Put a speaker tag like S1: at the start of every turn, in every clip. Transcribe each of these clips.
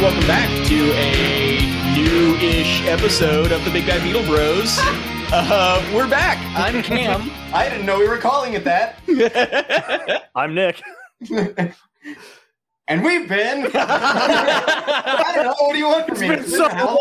S1: welcome back to a new-ish episode of the Big Bad Beetle Bros. Uh, we're back. I'm Cam.
S2: I didn't know we were calling it that.
S3: I'm Nick.
S2: And we've been. I don't know. What do you want from me?
S3: It's been so
S2: How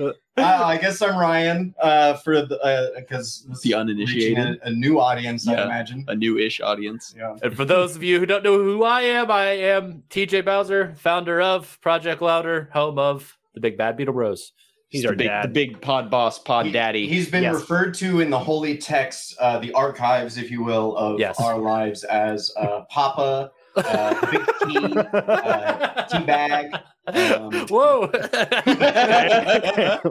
S2: long? uh, I guess I'm Ryan. Uh, for the because
S1: the
S2: reaching a,
S1: uninitiated,
S2: a new audience,
S1: Yeah.
S2: I imagine.
S1: a new-ish audience.
S2: Yeah.
S3: and for those of you who don't know who I am, I am TJ Bowser, founder of Project Louder, home of the Big Bad Beetle Bros. He's
S1: the
S3: our
S1: big,
S3: dad.
S1: the big pod boss, pod
S2: He-
S1: daddy.
S2: He's been
S3: Yes.
S2: referred to in the holy text, uh, the archives, if you will, of
S3: Yes.
S2: our lives as uh, Papa, uh, Big T, uh, Teabag, um,
S3: Whoa!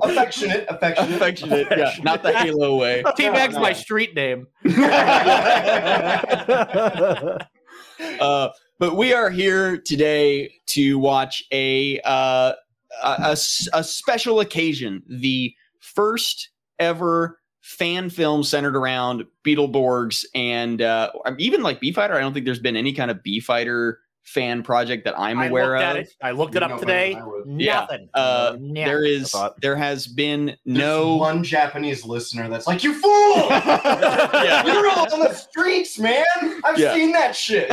S2: affectionate, affectionate.
S1: affectionate, yeah, not the Halo way.
S3: Teabag's
S2: no.
S3: my street name.
S1: Uh, but we are here today to watch a, uh, a- a s- a special occasion, the first ever fan film centered around Beetleborgs and uh, even like Bee Fighter. I don't think there's been any kind of Bee Fighter fan project that I'm
S3: I
S1: aware
S3: looked
S1: of.
S3: at it. I looked
S2: You
S3: it
S2: know
S3: up
S2: better
S3: today.
S2: than I would.
S1: Yeah.
S3: Nothing.
S1: Uh,
S3: Nothing.
S1: There is,
S3: thought.
S1: there has been
S2: There's
S1: no.
S2: one Japanese listener that's like, "You fool!
S1: Yeah.
S2: You're all on the streets, man. I've
S1: Yeah.
S2: seen that shit."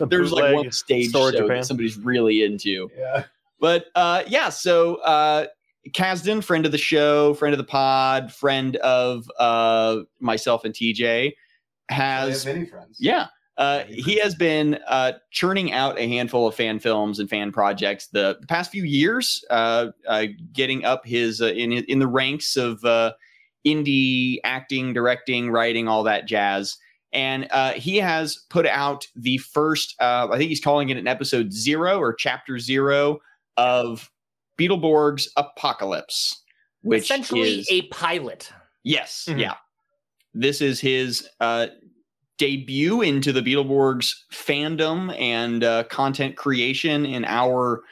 S1: There's like one
S3: Bootleg.
S1: stage show
S3: Storage
S1: that
S3: Japan.
S1: somebody's really into.
S2: Yeah.
S1: But uh, yeah, so uh, Kasdan, friend of the show, friend of the pod, friend of uh, myself and TJ,
S2: I
S1: has
S2: have many friends.
S1: yeah. Uh,
S2: Many
S1: he has been uh, churning out a handful of fan films and fan projects the past few years, uh, uh, getting up his uh, in in the ranks of uh, indie acting, directing, writing, all that jazz. And uh, he has put out the first, uh, I think he's calling it an episode zero or chapter zero of Beetleborg's Apocalypse, which
S3: essentially
S1: is,
S3: a pilot.
S1: Yes.
S3: Mhm.
S1: Yeah. This is his uh, debut into the Beetleborgs fandom and uh, content creation in our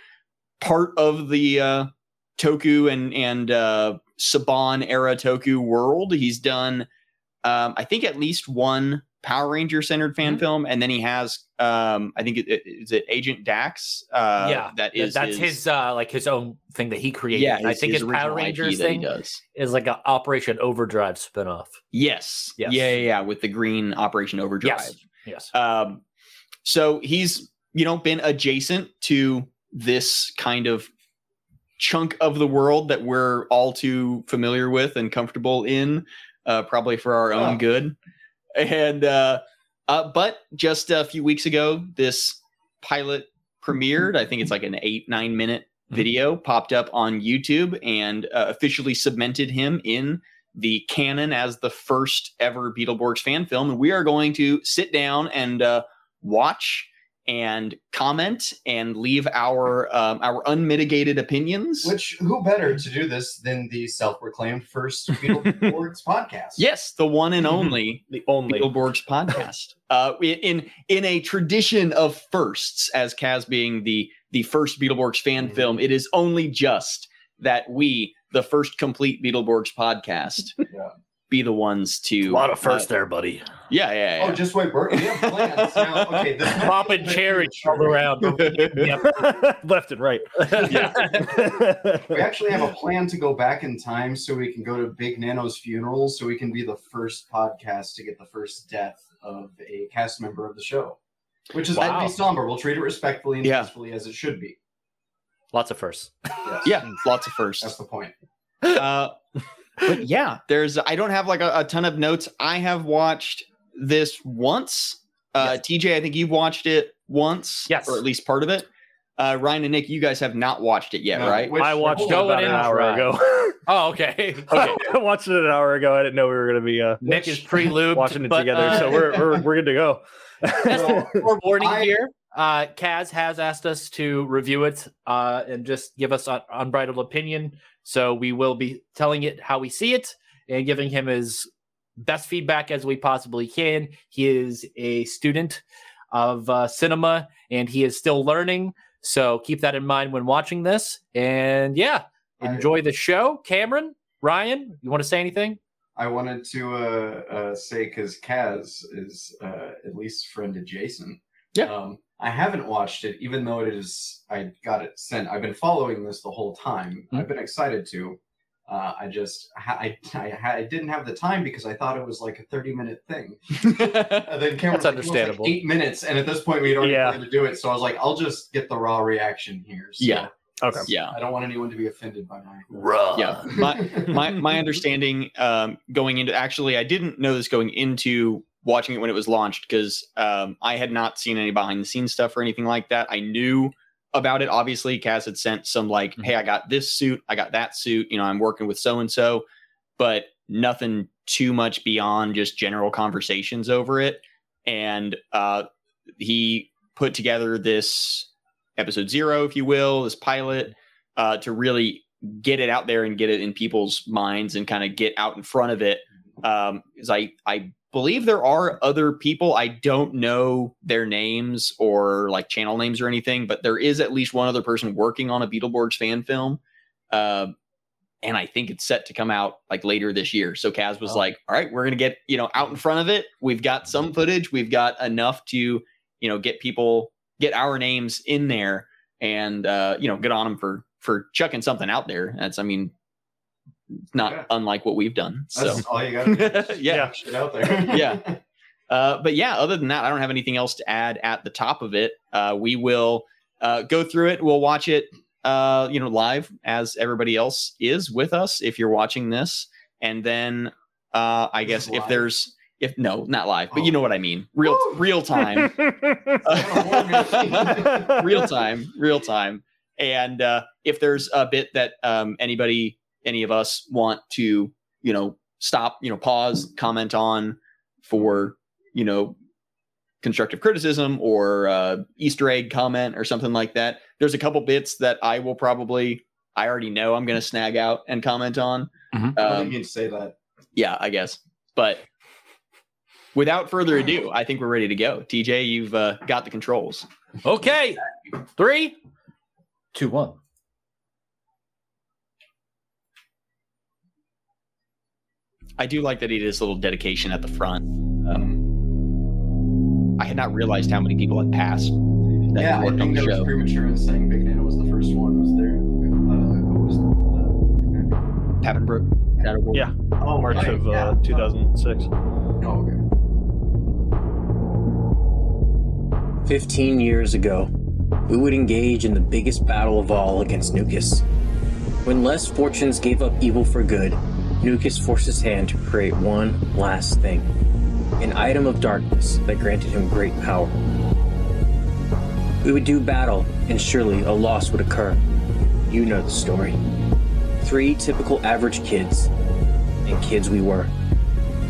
S1: part of the uh, Toku and and uh, Saban era Toku world. He's done, um, I think, at least one Power Ranger centered fan
S3: Mhm.
S1: film, and then he has, um, I think, it, it, is it Agent Dax? Uh,
S3: yeah,
S1: that
S3: Th-
S1: is
S3: that's his, uh, like his own thing that he created.
S1: Yeah,
S3: And I think his, Power
S1: original IP
S3: Rangers
S1: that he
S3: thing
S1: does.
S3: is like an Operation Overdrive spinoff.
S1: Yes.
S3: Yes.
S1: Yeah, yeah, yeah. With the green Operation Overdrive.
S3: Yes, yes.
S1: Um, so he's, you know, been adjacent to this kind of chunk of the world that we're all too familiar with and comfortable in, uh, probably for our own
S3: Ah.
S2: Huh.
S1: good. And, uh, uh, but just a few weeks ago, this pilot premiered. I think it's like an eight, nine minute
S3: Mhm.
S1: video popped up on YouTube and uh, officially cemented him in the canon as the first ever Beetleborgs fan film. And we are going to sit down and uh, watch and comment and leave our um, our unmitigated opinions.
S2: Which who better to do this than the self-proclaimed first Beetleborgs podcast?
S1: yes, the one and only
S3: the only
S1: Beetleborgs podcast. Uh, in in- in a tradition of firsts, as Kaz being the the first Beetleborgs fan
S2: Mhm.
S1: film, it is only just that we, the first complete Beetleborgs podcast,
S2: Yeah.
S1: be the ones to
S3: of firsts there, buddy.
S1: uh, yeah, yeah, yeah.
S2: Oh, just wait, Bert. We have plans now. Okay, this
S3: Popping cherries all around. Yep.
S4: left and right.
S3: yeah.
S2: We actually have a plan to go back in time so we can go to Big Nano's funeral so we can be the first podcast to get the first death of a cast member of the show. Which is that'd
S3: Wow.
S2: be somber. We'll treat it respectfully and
S1: Yeah.
S2: peacefully as it should be.
S3: Lots of firsts.
S2: Yes,
S1: yeah, lots of
S2: That's
S1: firsts.
S2: the point.
S1: Uh, but yeah, there's I don't have like a, a ton of notes. I have watched this once. Uh, TJ, I think you've watched it once,
S3: Yes.
S1: or at least part of it. Uh, Ryan and Nick, you guys have not watched it yet,
S2: No,
S1: right?
S2: which-
S4: I watched it
S3: Going
S4: about
S3: in
S4: an hour
S3: dry.
S4: ago.
S3: Oh, okay.
S4: okay.
S3: Okay.
S4: I watched it an hour ago. I didn't know we were going to be uh,
S3: Nick is pre-lubed.
S4: watching it
S3: but,
S4: together,
S3: uh,
S4: so we're, we're we're good to go.
S2: Well,
S3: Or warning
S2: I-
S3: here. Uh, Kaz has asked us to review it uh, and just give us an unbridled opinion. So we will be telling it how we see it and giving him his best feedback as we possibly can. He is a student of uh, cinema and he is still learning. So keep that in mind when watching this. And yeah,
S2: I-
S3: enjoy the show. Cameron, Ryan, you want to say anything?
S2: I wanted to uh, uh, say because Kaz is uh, at least friend to Jason.
S1: Yeah.
S2: Um, I haven't watched it, even though it is. I got it sent. I've been following this the whole time.
S1: Mhm.
S2: I've been excited to. Uh, I just I, I ha- I didn't have the time because I thought it was like a thirty minute thing. And then Cameron's like,
S3: That's
S2: "Well, it's like
S3: understandable.
S2: eight minutes, and at this point we'd already
S4: Yeah.
S2: planned to do it. So I was like, I'll just get the raw reaction here. So
S1: Yeah.
S4: Okay.
S1: yeah.
S2: I don't want anyone to be offended by my
S3: Raw.
S1: Yeah. My- my my understanding um, going into actually I didn't know this going into watching it when it was launched because um, I had not seen any behind the scenes stuff or anything like that. I knew about it. Obviously, Cass had sent some like,
S3: Mhm.
S1: "Hey, I got this suit, I got that suit. You know, I'm working with so and so," but nothing too much beyond just general conversations over it. And uh, he put together this episode zero, if you will, this pilot uh, to really get it out there and get it in people's minds and kind of get out in front of it. Um, is I I believe there are other people I don't know their names or like channel names or anything, but there is at least one other person working on a Beetleborgs fan film, Um and I think it's set to come out like later this year. So Kaz was
S4: Oh.
S1: like, "All right, we're gonna get you know out in front of it. We've got some footage. We've got enough to you know get people get our names in there." and uh, you know good on them for for chucking something out there. That's I mean, not
S2: Yeah.
S1: unlike what we've done. So
S2: That's all you got. to
S1: yeah,
S2: Shit out there.
S1: Yeah. uh, but yeah, other than that, I don't have anything else to add at the top of it. Uh, we will uh, go through it. We'll watch it, uh, you know, live as everybody else is with us. If you're watching this, and then uh, I
S2: This
S1: guess
S2: is
S1: if
S2: live?
S1: there's if no, not live, but you
S2: Oh.
S1: know what I mean, real
S2: Woo!
S1: real time. real time, real time. And uh, if there's a bit that um, anybody, any of us want to, you know, stop, you know, pause, comment on for, you know, constructive criticism or uh, Easter egg comment or something like that. There's a couple bits that I will probably, I already know I'm going to snag out and comment on.
S3: Mhm.
S2: I don't
S1: Um,
S2: think you'd say that.
S1: yeah, I guess. But without further ado, I think we're ready to go. TJ, you've uh, got the controls.
S3: Okay. Three, two, one.
S1: I do like that he did his little dedication at the front. Um, I had not realized how many people had passed. That
S2: yeah,
S1: had
S2: I
S1: worked on
S2: think
S1: the
S2: that was
S1: show.
S2: premature in saying Big Nano was the first one. Was there? Uh, what was the,
S1: Papenbrook. Shadow Wolf.
S4: Yeah.
S2: oh,
S4: March
S2: right,
S4: of uh,
S2: yeah.
S4: 2006.
S2: Oh, okay.
S5: 15 years ago, we would engage in the biggest battle of all against Nukas. When less fortunes gave up evil for good, Nukas forced his hand to create one last thing an item of darkness that granted him great power. We would do battle, and surely a loss would occur. You know the story. Three typical average kids, and kids we were.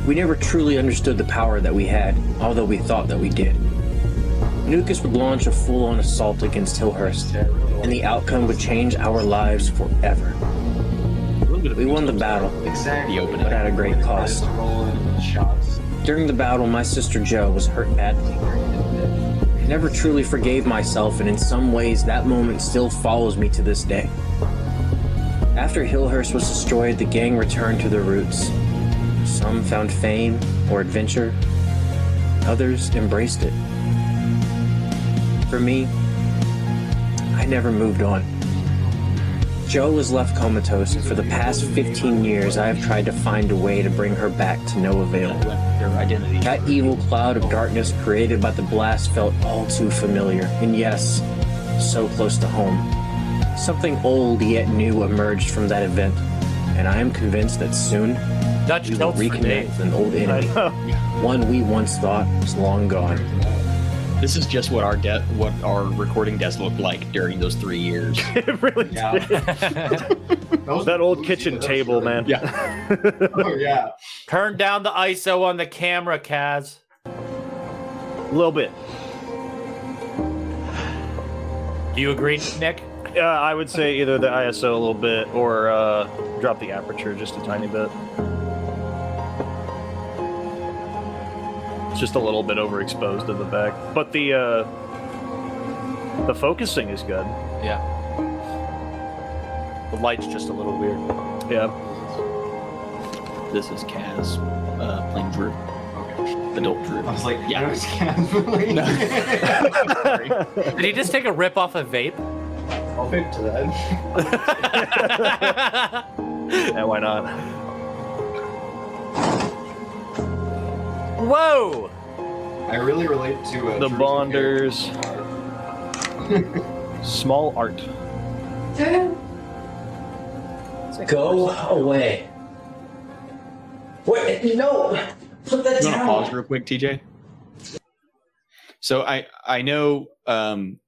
S5: We never truly understood the power that we had, although we thought that we did. Nukas would launch a full on assault against Hillhurst, and the outcome would change our lives forever. We won the battle.
S2: Exactly.
S1: The opening.
S5: But at a great
S2: When it
S5: cost.
S2: has to roll in with Shots.
S5: During the battle, my sister Jo was hurt badly. I never truly forgave myself, and in some ways, that moment still follows me to this day. After Hillhurst was destroyed, the gang returned to their roots. Some found fame or adventure, others embraced it. For me, I never moved on. Joe was left comatose, and for the past 15 years, I have tried to find a way to bring her back to no avail.
S1: Their identity.
S5: That evil cloud of darkness created by the blast felt all too familiar, and yes, so close to home. Something old yet new emerged from that event, and I am convinced that soon
S3: Dutch
S5: we will
S3: tilts for
S5: reconnect
S3: days.
S5: with an old
S4: I
S5: enemy,
S4: know.
S5: one we once thought was long gone.
S1: This is just what our de- what our recording desk looked like during those three years.
S4: It really
S2: Yeah.
S4: did.
S2: Those-
S4: That old kitchen
S2: those-
S4: table, man.
S1: Yeah.
S2: Oh yeah.
S3: Turn down the ISO on the camera, Kaz.
S4: A little bit.
S3: Do you agree, Nick?
S4: Uh, I would say either the ISO a little bit or uh, drop the aperture just a tiny bit. It's just a little bit overexposed in the back, but the uh, the focusing is good.
S3: Yeah. The light's just a little weird.
S4: Yeah,
S1: this is Kaz uh, playing Drew.
S2: Okay.
S1: adult Drew.
S2: I was like,
S1: Yeah.
S2: I was gambling.
S1: No.
S3: Did he just take a rip off a vape?
S2: I'll pick to that.
S4: yeah, why not?
S3: Whoa!
S2: I really relate to uh,
S4: The
S2: Drew's
S4: Bonders. Small art.
S5: Go away. What? No! Put that
S1: You want to pause
S5: down!
S1: real quick, TJ? So I I know um,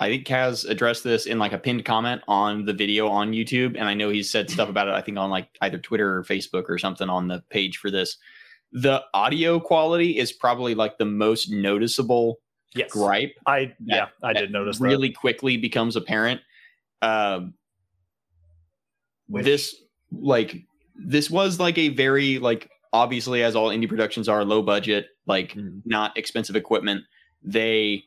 S1: I think Kaz addressed this in like a pinned comment on the video on YouTube, and I know he's said stuff about it. I think on like either Twitter or Facebook or something on the page for this. The audio quality is probably like the most noticeable
S3: Yes.
S1: gripe
S4: I yeah, I
S1: that
S4: did notice that.
S1: really quickly becomes apparent. Um,
S2: Which-
S1: this like this was like a very like obviously as all indie productions are low budget, like
S4: Mm.
S1: not expensive equipment. They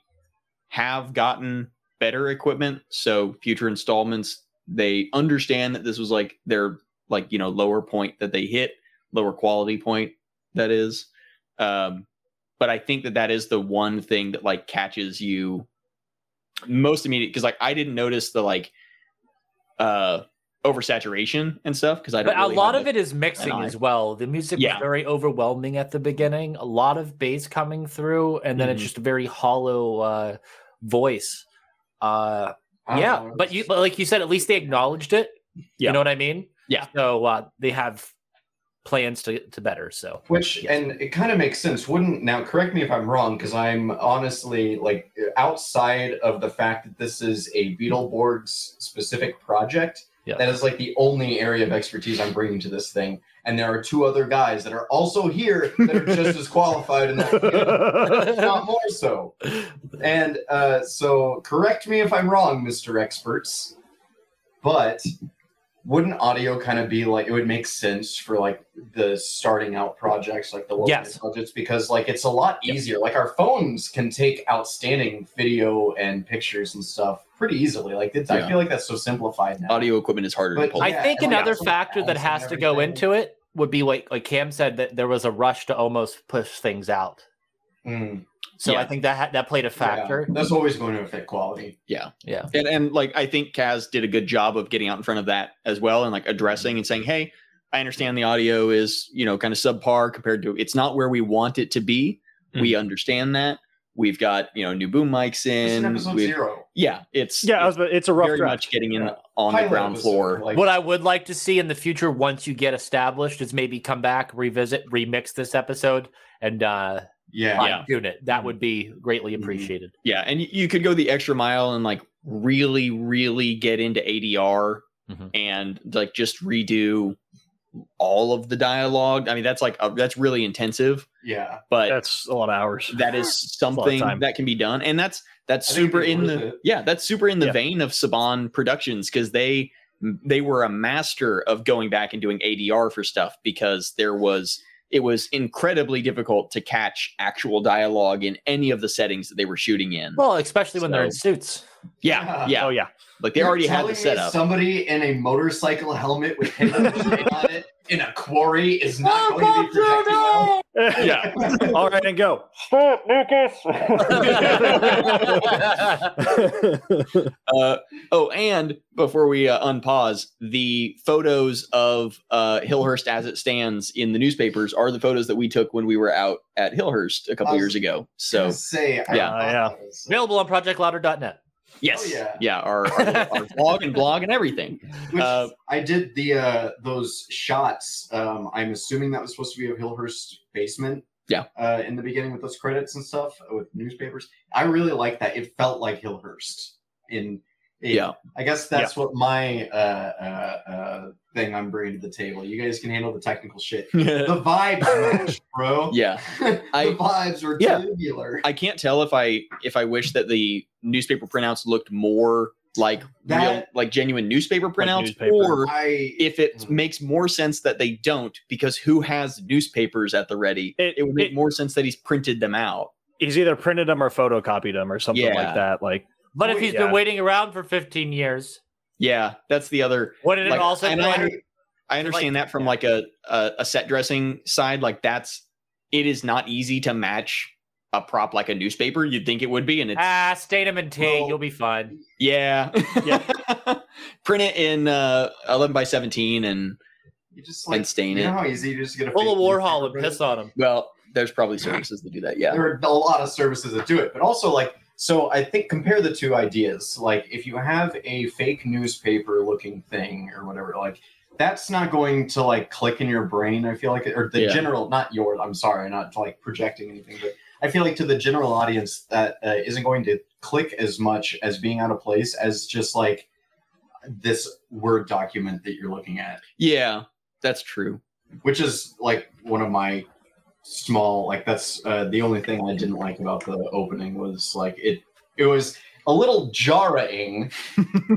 S1: have gotten better equipment, so future installments they understand that this was like their like you know lower point that they hit, lower quality point that is. Um, but I think that that is the one thing that like catches you most immediate because like I didn't notice the like uh oversaturation and stuff because I don't.
S3: But a lot of it is mixing
S1: eye.
S3: as well. The music
S1: Yeah.
S3: was very overwhelming at the beginning. A lot of bass coming through, and then it's
S1: Mhm.
S3: just a very hollow uh, voice. Uh,
S2: Uh-huh.
S3: yeah, but you, but like you said, at least they acknowledged it.
S1: Yeah.
S3: You know what I mean?
S1: Yeah.
S3: So uh, they have plans to to better. So
S2: Which and it kind of makes sense, wouldn't now? Correct me if I'm wrong, because I'm honestly like outside of the fact that this is a Beetleborgs specific project.
S3: Yeah.
S2: That is like the only area of expertise I'm bringing to this thing, and there are two other guys that are also here that are just as qualified in that, field, if not more so. And uh, so, correct me if I'm wrong, Mister Experts, but wouldn't audio kind of be like it would make sense for like the starting out projects, like the low
S3: Yes.
S2: budgets, because like it's a lot
S1: Yep.
S2: easier. Like our phones can take outstanding video and pictures and stuff pretty easily. Like it's, I
S1: Yeah.
S2: feel like that's so simplified now.
S1: audio equipment is harder to
S2: But
S1: pull.
S3: I
S2: Oh, Yeah,
S3: think
S2: and, like,
S3: another
S2: some
S3: factor that
S2: sounds and
S3: has to go
S2: everything.
S3: into it would be like like Cam said that there was a rush to almost push things out.
S2: Mm,
S3: So
S1: Yeah.
S3: I think that ha- that played a
S2: yeah.
S3: factor.
S2: That's always going to affect quality.
S1: and and like I think Kaz did a good job of getting out in front of that as well and like addressing and saying, "Hey, I understand the audio is you know kind of subpar compared to it's not where we want it to be. We
S4: Hmm.
S1: understand that. We've got you know new boom mics
S2: This is
S1: in.
S2: episode
S1: We've-
S2: zero.
S1: Yeah, it's
S4: yeah, I
S1: it's
S4: was, but it's a rough
S1: very
S4: draft.
S1: much getting in
S2: Yeah.
S1: on the
S2: Pilot
S1: ground
S2: episode,
S1: floor.
S2: like-
S3: what I would like to see in the future, once you get established, is maybe come back, revisit, remix this episode, and uh,
S2: yeah. Mm-hmm.
S3: fine tune it. That would be greatly appreciated.
S1: Yeah, and y- you could go the extra mile and like really, really get into ADR
S4: Mm-hmm.
S3: Mhm.
S1: and like just redo all of the dialogue. I mean, that's like a, that's really intensive,
S2: Yeah.
S1: but
S4: That's a lot of hours.
S1: that is
S4: of
S1: something
S4: time.
S1: that can be done, and that's that's
S2: I think
S1: super
S2: it'd be
S1: in
S2: worth
S1: the
S2: it.
S1: yeah, that's super in the
S4: Yeah.
S1: vein of Saban Productions because they they were a master of going back and doing ADR for stuff because there was it was incredibly difficult to catch actual dialogue in any of the settings that they were shooting in.
S3: Well, especially when they're in
S1: So-
S3: suits.
S1: Yeah,
S2: Yeah.
S1: yeah.
S4: Oh yeah.
S1: Like they
S2: You're
S1: already had
S2: telling
S1: the
S2: me
S1: setup.
S2: Somebody in a motorcycle helmet with headlamp shade on it in a quarry is not
S1: Oh,
S2: going to be protected well.
S4: yeah. All right, and go. Stop, Lucas.
S1: Uh, oh, and before we uh, unpause, the photos of uh, Hillhurst as it stands in the newspapers are the photos that we took when we were out at Hillhurst a couple
S2: Awesome.
S1: years ago. So
S2: Gonna say, I
S1: Yeah.
S4: Uh,
S2: thought this.
S3: Available on ProjectLouder.net.
S1: yes,
S2: Oh, yeah.
S1: yeah, our, our, our vlog and blog and everything.
S2: Which
S1: Uh,
S2: I did the uh, those shots. Um, I'm assuming that was supposed to be of Hillhurst basement.
S1: Yeah.
S2: Uh, in the beginning with those credits and stuff uh, with newspapers, I really like that. It felt like Hillhurst. In it-
S1: Yeah.
S2: I guess that's what my uh, uh, uh, thing I'm bringing to the table. You guys can handle the technical shit. The vibes, match, bro.
S1: yeah, I-
S2: the vibes were
S1: Yeah.
S2: tubular.
S1: I can't tell if I if I wish that the newspaper printouts looked more like real,
S2: That-
S1: like genuine newspaper printouts,
S4: newspaper.
S1: or
S2: I
S1: if
S2: Mm-hmm.
S1: it makes more sense that they don't, because who has newspapers at the ready?
S4: It-
S1: It, would make
S4: it-
S1: more sense that he's printed them out.
S4: He's either printed them or photocopied them or something
S1: Yeah.
S4: like that. Like
S3: But if
S4: Oh,
S3: he's
S4: yeah.
S3: been waiting around for 15 years,
S1: Yeah, that's the other.
S3: wouldn't
S1: like,
S3: it also
S1: and
S3: be
S1: I,
S3: like,
S1: under- I understand that from like a, a a set dressing side. Like that's it is not easy to match a prop like a newspaper. You'd think it would be, and it's
S3: Ah, Statham and T,
S2: Well-
S3: you'll be fine.
S1: yeah, Print it in uh, eleven by seventeen, and
S2: You just like
S1: and stain
S2: you know
S1: it.
S2: how easy you just get a
S3: Pull a
S2: fake
S3: Warhol
S2: newspaper,
S3: and piss on him.
S1: Well, there's probably services that do that. Yeah,
S2: there are a lot of services that do it but also like so i think compare the two ideas like if you have a fake newspaper looking thing or whatever like that's not going to like click in your brain i feel like or the
S1: Yeah.
S2: general not your i'm sorry not like projecting anything but i feel like to the general audience that uh, isn't going to click as much as being out of place as just like this word document that you're looking at
S1: yeah, that's true.
S2: which is like one of my small like that's uh, the only thing I didn't like about the opening was like it it was a little jarring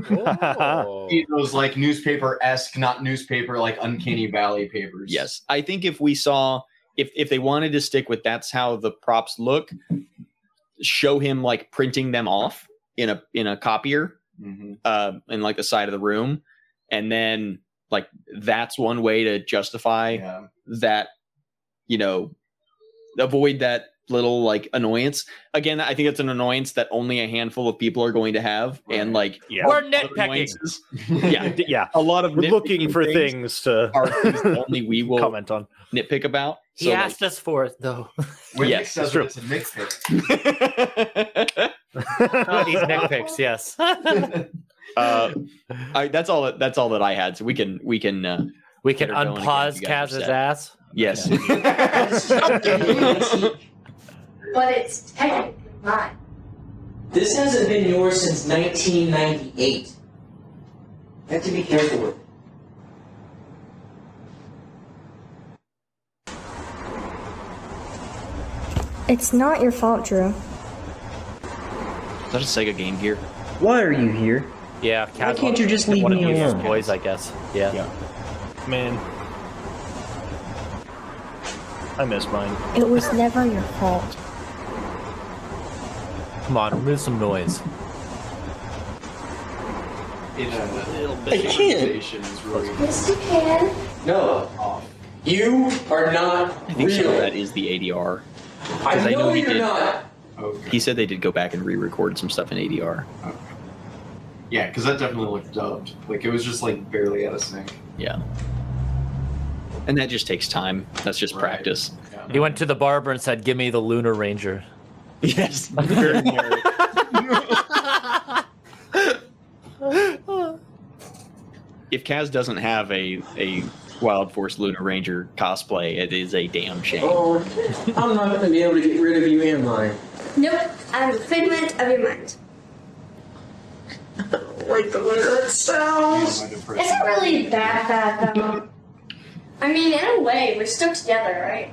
S3: Oh.
S2: in those like newspaper esque not newspaper like uncanny valley papers
S1: Yes, I think if we saw if if they wanted to stick with that's how the props look, show him like printing them off in a in a copier
S2: Mhm.
S1: uh, in like the side of the room, and then like that's one way to justify
S2: yeah
S1: that you know avoid that little like annoyance again i think it's an annoyance that only a handful of people are going to have and like
S4: Yeah.
S3: We're nitpicking.
S1: annoyances Yeah.
S4: D- yeah.
S1: a lot of
S4: We're looking
S1: nitpicking
S4: for things to
S1: are things that only we will
S4: comment on.
S1: nitpick about
S3: He
S1: So, like-
S3: asked us for it though.
S2: when
S1: Yes,
S2: Nick says
S4: true.
S2: what it's a nitpick
S3: Oh, these nitpicks, yes.
S1: uh, I, that's all that, that's all that i had so we can we can uh,
S3: We can
S1: Better go on again,
S3: unpause
S1: you guys are
S3: Kaz's
S1: set.
S3: ass.
S1: yes
S5: This is something you would see-
S6: But it's technically mine.
S5: This hasn't been yours since 1998. You have to be careful with it.
S7: It's not your fault, Drew.
S1: is that a sega game gear
S5: Why are you here?
S3: Yeah, Kaz
S5: can't
S3: wanted-
S5: you just leave
S3: wanted
S5: me
S3: to use his
S5: alone?
S3: Boys, I guess. Yeah.
S4: Man. I miss mine.
S7: It was never your fault.
S3: Come on, remove some noise.
S2: in a little
S5: I can't.
S2: conversation is really
S6: Mr. Can,
S5: No,
S2: off
S5: you are not
S1: i think some of that
S5: real.
S1: is the adr
S5: I
S1: I know
S5: know
S1: he
S5: you're
S1: did.
S5: not.
S2: okay
S1: he said they did go back and re-record some stuff in adr
S2: yeah because that definitely looked dubbed like it was just like barely out of sync
S1: yeah and that just takes time that's just
S2: Right.
S1: practice
S2: yeah.
S3: He went to the barber and said, "Give me the Lunar Ranger."
S1: Yes. if Kaz doesn't have a a Wild Force Lunar Ranger cosplay, it is a damn shame.
S5: Oh, I'm not going to be able to get rid of you, am I?
S6: Nope, I'm a figment of your mind.
S5: Like the way that sounds.
S2: My depression.
S6: It's not really that bad though. I mean, in a way, we're still together, right?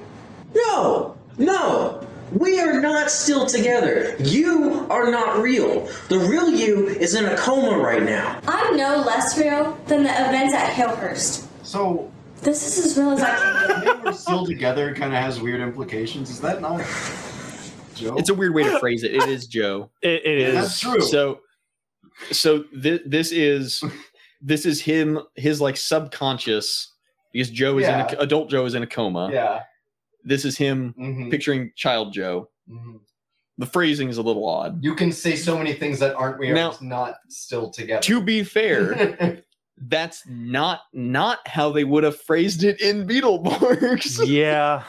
S5: No, no. We are not still together. You are not real. The real you is in a coma right now.
S6: I'm no less real than the events at Hillhurst.
S2: so
S6: This is as real as I can get.
S2: When we're still together kind of has weird implications. Is that not Joe?
S1: It's a weird way to phrase it. It is Joe.
S4: It, it is.
S2: That's true.
S1: So so thi- this is this is him his like subconscious because Joe is in
S2: Yeah.
S1: a, adult Joe is in a coma.
S2: yeah.
S1: This is him
S2: Mhm.
S1: picturing child Joe.
S2: Mhm.
S1: The phrasing is a little odd.
S2: You can say so many things that aren't we are
S1: Now-
S2: just not still together.
S1: To be fair, that's not not how they would have phrased it in Beetleborgs.
S4: Yeah.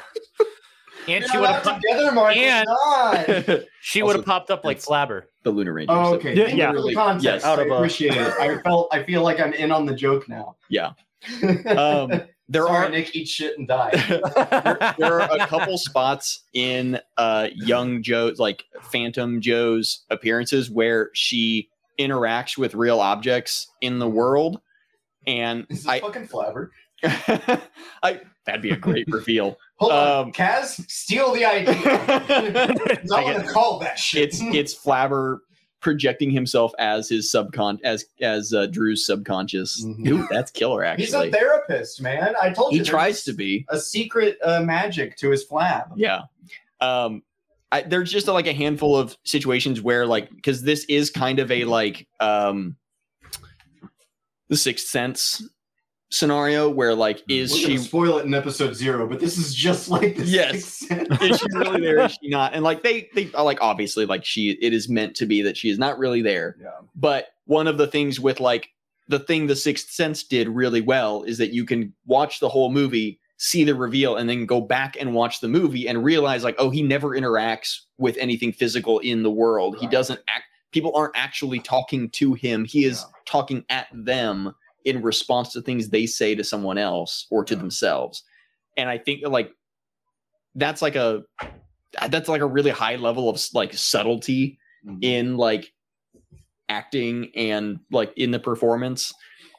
S3: And
S2: You're
S3: she would
S2: not
S3: have
S2: together, Mark. it's
S3: and-
S2: not.
S1: the
S3: she
S1: Also-
S3: would have popped up like Flabber.
S1: Lunar Rangers.
S2: Oh, okay.
S4: Yeah,
S2: Thank you
S4: yeah.
S2: for the context.
S1: Yes.
S4: Out
S2: I
S4: of a-
S2: appreciate it. I felt I feel like I'm in on the joke now.
S1: Yeah.
S2: um,
S1: Um, there
S2: Sorry,
S1: are
S2: Nick eat shit and die.
S1: there are a couple spots in uh young Joe's like Phantom Joe's appearances where she interacts with real objects in the world, and
S2: This is
S1: I,
S2: fucking flabber.
S1: I that'd be a great reveal.
S2: Hold
S1: um,
S2: on, Kaz, steal the idea.
S1: it's
S2: I want to call that shit.
S1: it's Flabber projecting himself as his subcon as as uh, Drew's subconscious.
S2: Mhm.
S1: Dude, that's killer.
S2: He's
S1: Actually,
S2: a therapist, man. I told
S1: he
S2: you. there's
S1: tries to be.
S2: a secret uh, magic to his flab.
S1: Yeah. Um, I, there's just like a handful of situations where like because this is kind of a like um, the sixth sense scenario where like is
S2: Mm-hmm. We're
S1: she
S2: gonna spoil it in episode zero, but this is just like the
S1: Yes.
S2: Sixth Sense.
S1: is she really there? Is she not? And like they they are like obviously like she it is meant to be that she is not really there.
S2: Yeah.
S1: But one of the things with like the thing the sixth sense did really well is that you can watch the whole movie, see the reveal, and then go back and watch the movie and realize like, oh, he never interacts with anything physical in the world. He
S2: Right.
S1: doesn't act people aren't actually talking to him. He is talking at them in response to things they say to someone else or to themselves. And I think that, like that's like a that's like a really high level of like subtlety in like acting and like in the performance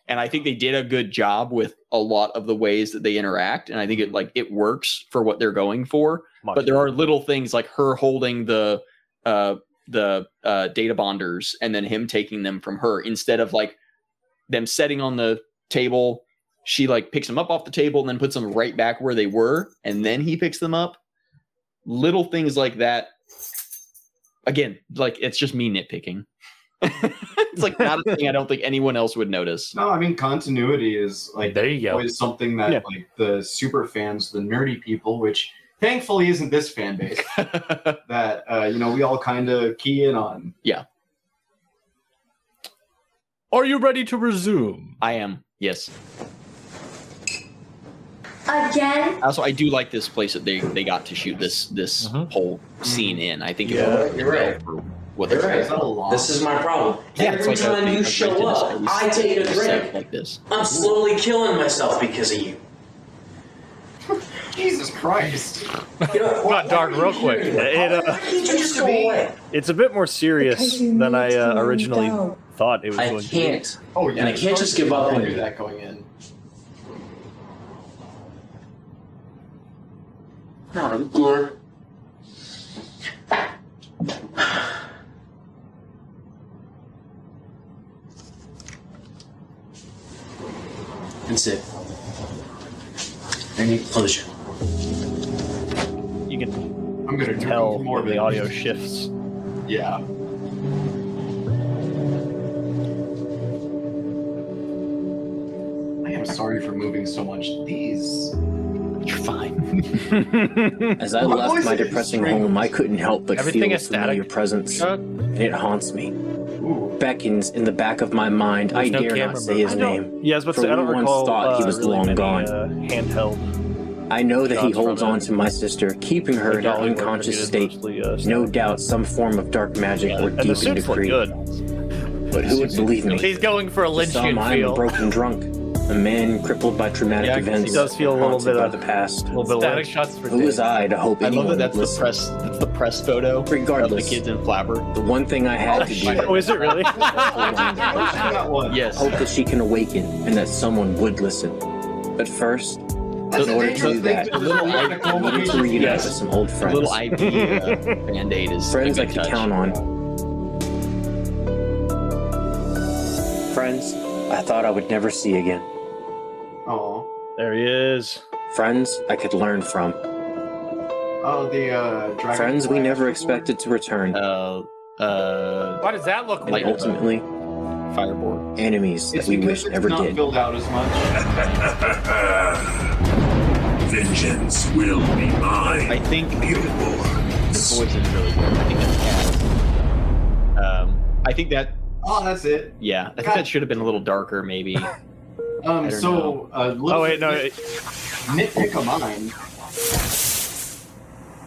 S1: and i think they did a good job with a lot of the ways that they interact and i think it like it works for what they're going for
S4: Much.
S1: but there are little things like her holding the uh the uh data bonders and then him taking them from her instead of like them setting on the table she like picks them up off the table and then puts them right back where they were and then he picks them up little things like that again like it's just me nitpicking it's like not a thing i don't think anyone else would notice
S2: No, I mean continuity is like
S3: there you go.
S2: always something that
S4: Yeah.
S2: like the super fans, the nerdy people, which thankfully isn't this fan base that uh, you know we all kind of key in on.
S3: Are you ready to resume?
S1: i am yes
S6: Again?
S1: also i do like this place that they they got to shoot this this
S3: Mhm.
S1: whole scene in i think it
S5: Yeah,
S1: worked
S5: you're right.
S1: for what
S5: You're
S1: they're
S5: right.
S2: Is that a long?
S5: This is my problem.
S1: Yeah, it's
S5: Every
S1: like a-
S5: time you
S1: a
S5: show
S1: granted
S5: up,
S1: space
S5: I take a
S1: set
S5: drink.
S1: like this.
S5: I'm slowly killing myself because of you.
S2: Jesus Christ.
S5: You know, why-
S3: Got dark
S5: why are
S3: real
S5: you
S3: quick.
S5: doing that?
S4: It, uh,
S5: Why can't you just go away?
S4: It's a bit more serious
S7: Because you
S4: than
S7: need
S4: I
S7: to
S4: uh,
S7: let me
S4: originally
S7: go.
S4: thought it was
S5: I
S4: going to
S5: can't.
S2: Oh yeah.
S5: And I can't just give up
S2: I
S5: on
S2: knew
S5: you.
S2: that going in.
S5: No, Lure. That's it. I need closure.
S4: be. You can
S2: I'm gonna do
S4: tell
S2: more
S4: when
S2: of
S4: the
S2: it.
S4: audio shifts.
S2: Yeah. I am sorry for moving so much. These.
S1: You're fine.
S5: As I
S2: My
S5: left
S2: voice
S5: my
S2: is
S5: depressing
S2: strangled.
S5: home, I couldn't help but
S3: Everything
S5: feel a
S3: is static.
S5: familiar presence,
S3: Uh,
S5: and it haunts me.
S2: Ooh.
S5: beckons in the back of my mind.
S3: There's
S5: I
S3: no
S5: dare not
S3: camera
S5: say his
S4: I
S5: name.
S4: don't, yeah, I was about to
S5: For
S4: say, I don't
S5: we once
S4: recall
S5: thought he
S4: uh,
S5: was
S4: really
S5: long
S4: many,
S5: gone.
S4: uh, handheld.
S5: I know that he
S4: Shots from
S5: holds
S4: it.
S5: on to my sister, keeping her in an
S4: Dolly work,
S5: unconscious
S4: but he did
S5: state.
S4: mostly, uh,
S5: No doubt some form of dark magic or
S4: And the
S5: deep into
S4: suits look
S5: creed.
S4: good.
S5: But who would believe me?
S3: He's going for a
S5: Some
S3: Lynchian
S5: I am a
S3: feel.
S5: broken drunk. A man crippled by traumatic
S4: Yeah, I can see-
S5: events.
S4: it does feel a little
S5: haunted
S4: bit
S5: by
S4: of-
S5: the past.
S4: A little bit
S3: Static
S4: lynch.
S3: shots for
S5: Who
S3: days.
S5: was I to hope
S1: I love
S5: anyone
S1: that that's the
S5: would listen?
S1: press that's the press photo of the
S5: Regardless,
S1: kids in Flapper.
S5: the one thing I had to do
S4: Oh, is it really?
S2: I've seen that one.
S1: Yes.
S5: hope that she can awaken and that someone would listen. But first,
S2: That's
S5: in
S2: a
S5: order to
S2: dangerous
S5: do
S2: thing
S5: that,
S2: to do. I'm gonna
S5: I
S2: call the
S5: needed to
S2: police.
S5: reunite
S4: Yes.
S5: with some old
S1: A
S5: friends.
S1: little ID uh, band aid is
S5: friends
S1: a
S5: I
S1: good
S5: could
S1: touch.
S5: count on. Friends I thought I would never see again.
S2: Oh.
S4: there he is.
S5: Friends I could learn from.
S2: Oh, the uh, dragon.
S5: Friends we
S2: Flash
S5: never
S2: one?
S5: expected to return.
S1: Uh, uh,
S3: Why does that look
S5: And
S1: Like-
S3: like?
S5: ultimately,
S1: fireboard.
S5: enemies that
S2: It's
S5: we
S2: because
S5: wish
S2: it's
S5: never
S2: not
S5: did.
S2: filled out as much.
S8: Vengeance will be
S1: I
S8: mine.
S1: think the
S8: Beautiful.
S1: voice is really good. I think that's Kat. Um, I think that
S2: Oh, that's it.
S1: yeah, I think
S2: God.
S1: that should have been a little darker maybe. I
S2: Um,
S1: don't
S2: so uh, little
S4: Oh wait, no. It,
S2: nitpick of mine.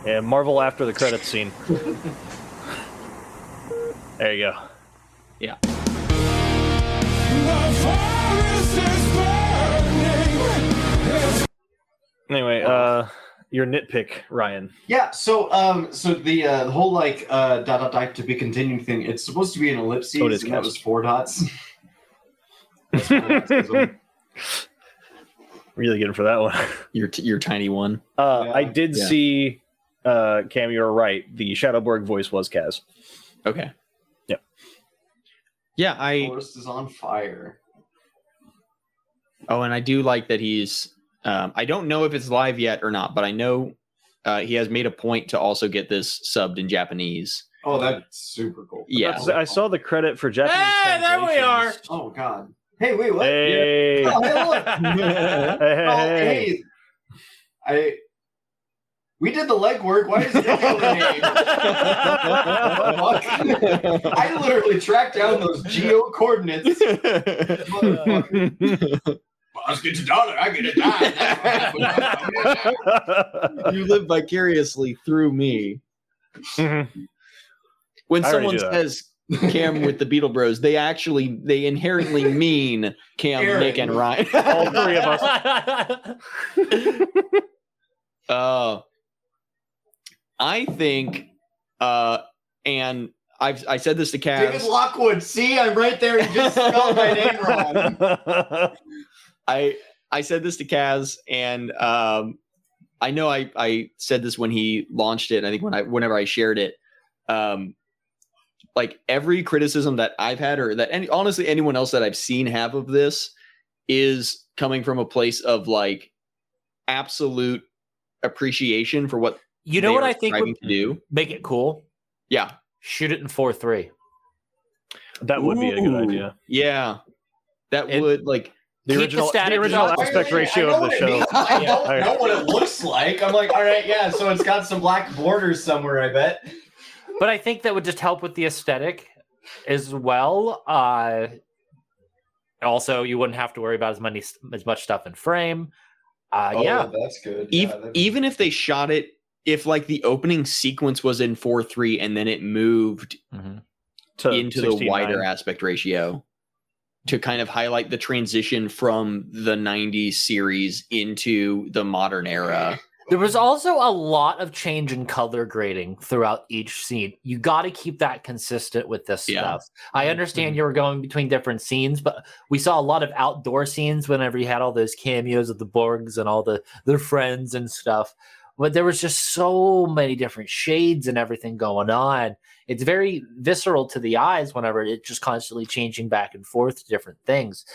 S4: yeah, Marvel after the credits scene. there you go.
S1: Yeah.
S4: Anyway, uh, your nitpick, Ryan.
S2: Yeah. So, um, so the uh, the whole like uh, dot dot dot to be continued thing. It's supposed to be an ellipses,
S4: Oh, it is
S2: and that
S4: cast.
S2: was four dots. That's fanaticism.
S4: Really good for that one.
S1: Your t- your tiny one.
S4: Uh, I
S2: Yeah.
S4: did
S1: Yeah.
S4: see. Uh, Cam, you're right. The Shadowborg voice was Kaz.
S1: Okay.
S4: Yeah.
S1: Yeah, I
S2: Forest is on fire.
S1: Oh, and I do like that he's. Um, I don't know if it's live yet or not, but I know uh, he has made a point to also get this subbed in Japanese.
S2: Oh, that's super cool.
S1: Yeah.
S4: I saw the credit for Japanese.
S3: Hey, there we
S4: translations.
S2: Oh God. Hey, wait, what?
S4: Hey.
S2: Oh, hey, look.
S4: Hey,
S2: Oh,
S4: hey,
S2: hey. I. We did the legwork. Why is it over here? Fuck. I literally tracked down those geo coordinates. Motherfucker.
S8: Let's get to dollar. I get a dime.
S1: you live vicariously through me.
S4: Mhm.
S1: When
S4: I already
S1: someone
S4: do that.
S1: says Cam with the Beetle Bros, they actually they inherently mean Cam,
S2: Aaron.
S1: Nick, and Ryan.
S4: All three of us.
S3: us.
S1: Uh, I think, uh, and I've I said this to
S2: David
S1: Cavs.
S2: Lockwood. See, I'm right there. You just spelled my name wrong.
S1: I I said this to Kaz, and um, I know I I said this when he launched it. And I think when I whenever I shared it, um, like every criticism that I've had or that any honestly anyone else that I've seen have of this is coming from a place of like absolute appreciation for what
S3: you know what
S1: they are
S3: I think
S1: striving
S3: would
S1: to do.
S3: make it cool?
S1: Yeah,
S3: Shoot it in four three.
S4: that would be a good
S1: Ooh.
S4: idea.
S1: yeah, that
S3: And-
S1: would like
S4: The
S3: Keep the
S4: original, the,
S3: static
S4: original
S3: design.
S4: aspect ratio
S2: I know
S4: of the
S2: what it
S4: show.
S2: means. I
S3: Yeah.
S2: don't
S4: All right.
S2: know what it looks like. I'm like, all right, yeah. So it's got some black borders somewhere. I bet.
S3: But I think that would just help with the aesthetic as well. Uh, also, you wouldn't have to worry about as many as much stuff in frame. Uh,
S2: Oh.
S3: yeah,
S2: that's good.
S1: Ev-
S2: Yeah, that'd be-
S1: even if they shot it if like the opening sequence was in 4-3 and then it moved
S4: To
S1: into the
S4: 16:9.
S1: wider aspect ratio to kind of highlight the transition from the 90s series into the modern era
S3: there was also a lot of change in color grading throughout each scene. You got to keep that consistent with this
S1: Yeah.
S3: stuff. I understand you were going between different scenes, but we saw a lot of outdoor scenes whenever you had all those cameos of the Borgs and all the their friends and stuff. But there was just so many different shades and everything going on. It's very visceral to the eyes whenever it's just constantly changing back and forth to different things.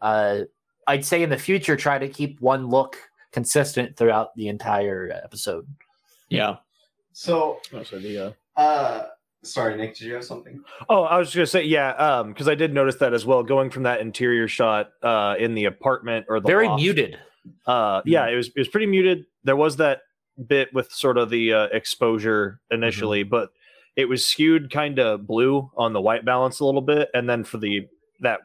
S3: Uh, I'd say in the future, try to keep one look consistent throughout the entire episode.
S1: yeah
S2: so.
S4: Oh, so the, uh,
S2: Uh, sorry, Nick. Did you have something?
S4: Oh, I was just gonna say, yeah, um, because I did notice that as well. Going from that interior shot uh, in the apartment or the
S3: very
S4: loft,
S3: muted. Mm.
S4: Uh, yeah, it was it was pretty muted. There was that bit with sort of the uh, exposure
S3: Mm-hmm.
S4: initially, but it was skewed kind of blue on the white balance a little bit, and then for the that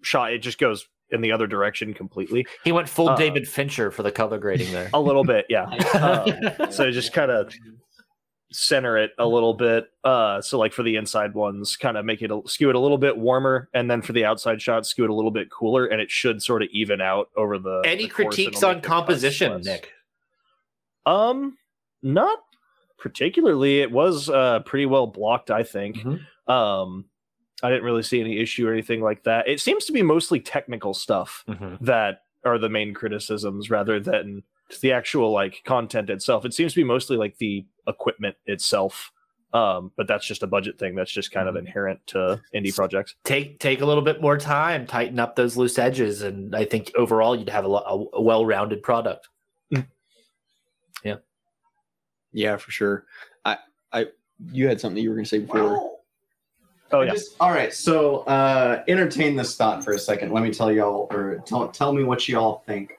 S4: shot, it just goes in the other direction completely
S3: He went full
S4: Uh,
S3: David Fincher for the color grading there.
S4: a little bit. Yeah, Um,
S2: Uh,
S4: so it just kind of center it a little bit uh so like for the inside ones kind of make it a- skew it a little bit warmer and then for the outside shots skew it a little bit cooler and it should sort of even out over the
S3: Any
S4: the course, and
S3: critiques
S4: it'll
S3: on
S4: make the cuts
S3: composition,
S4: less.
S3: Nick?
S4: um not particularly it was uh pretty well blocked i think um i didn't really see any issue or anything like that it seems to be mostly technical stuff that are the main criticisms rather than the actual like content itself. It seems to be mostly like the equipment itself. Um, but that's just a budget thing that's just kind of inherent to indie projects.
S3: Take take a little bit more time, tighten up those loose edges, and I think overall you'd have a, lo- a well rounded product.
S1: yeah for sure i i you had something you were going to say before
S2: well,
S4: Oh
S2: I
S4: yeah.
S2: just- all right. So uh, entertain this thought for a second. Let me tell y'all, or tell tell me what y'all think.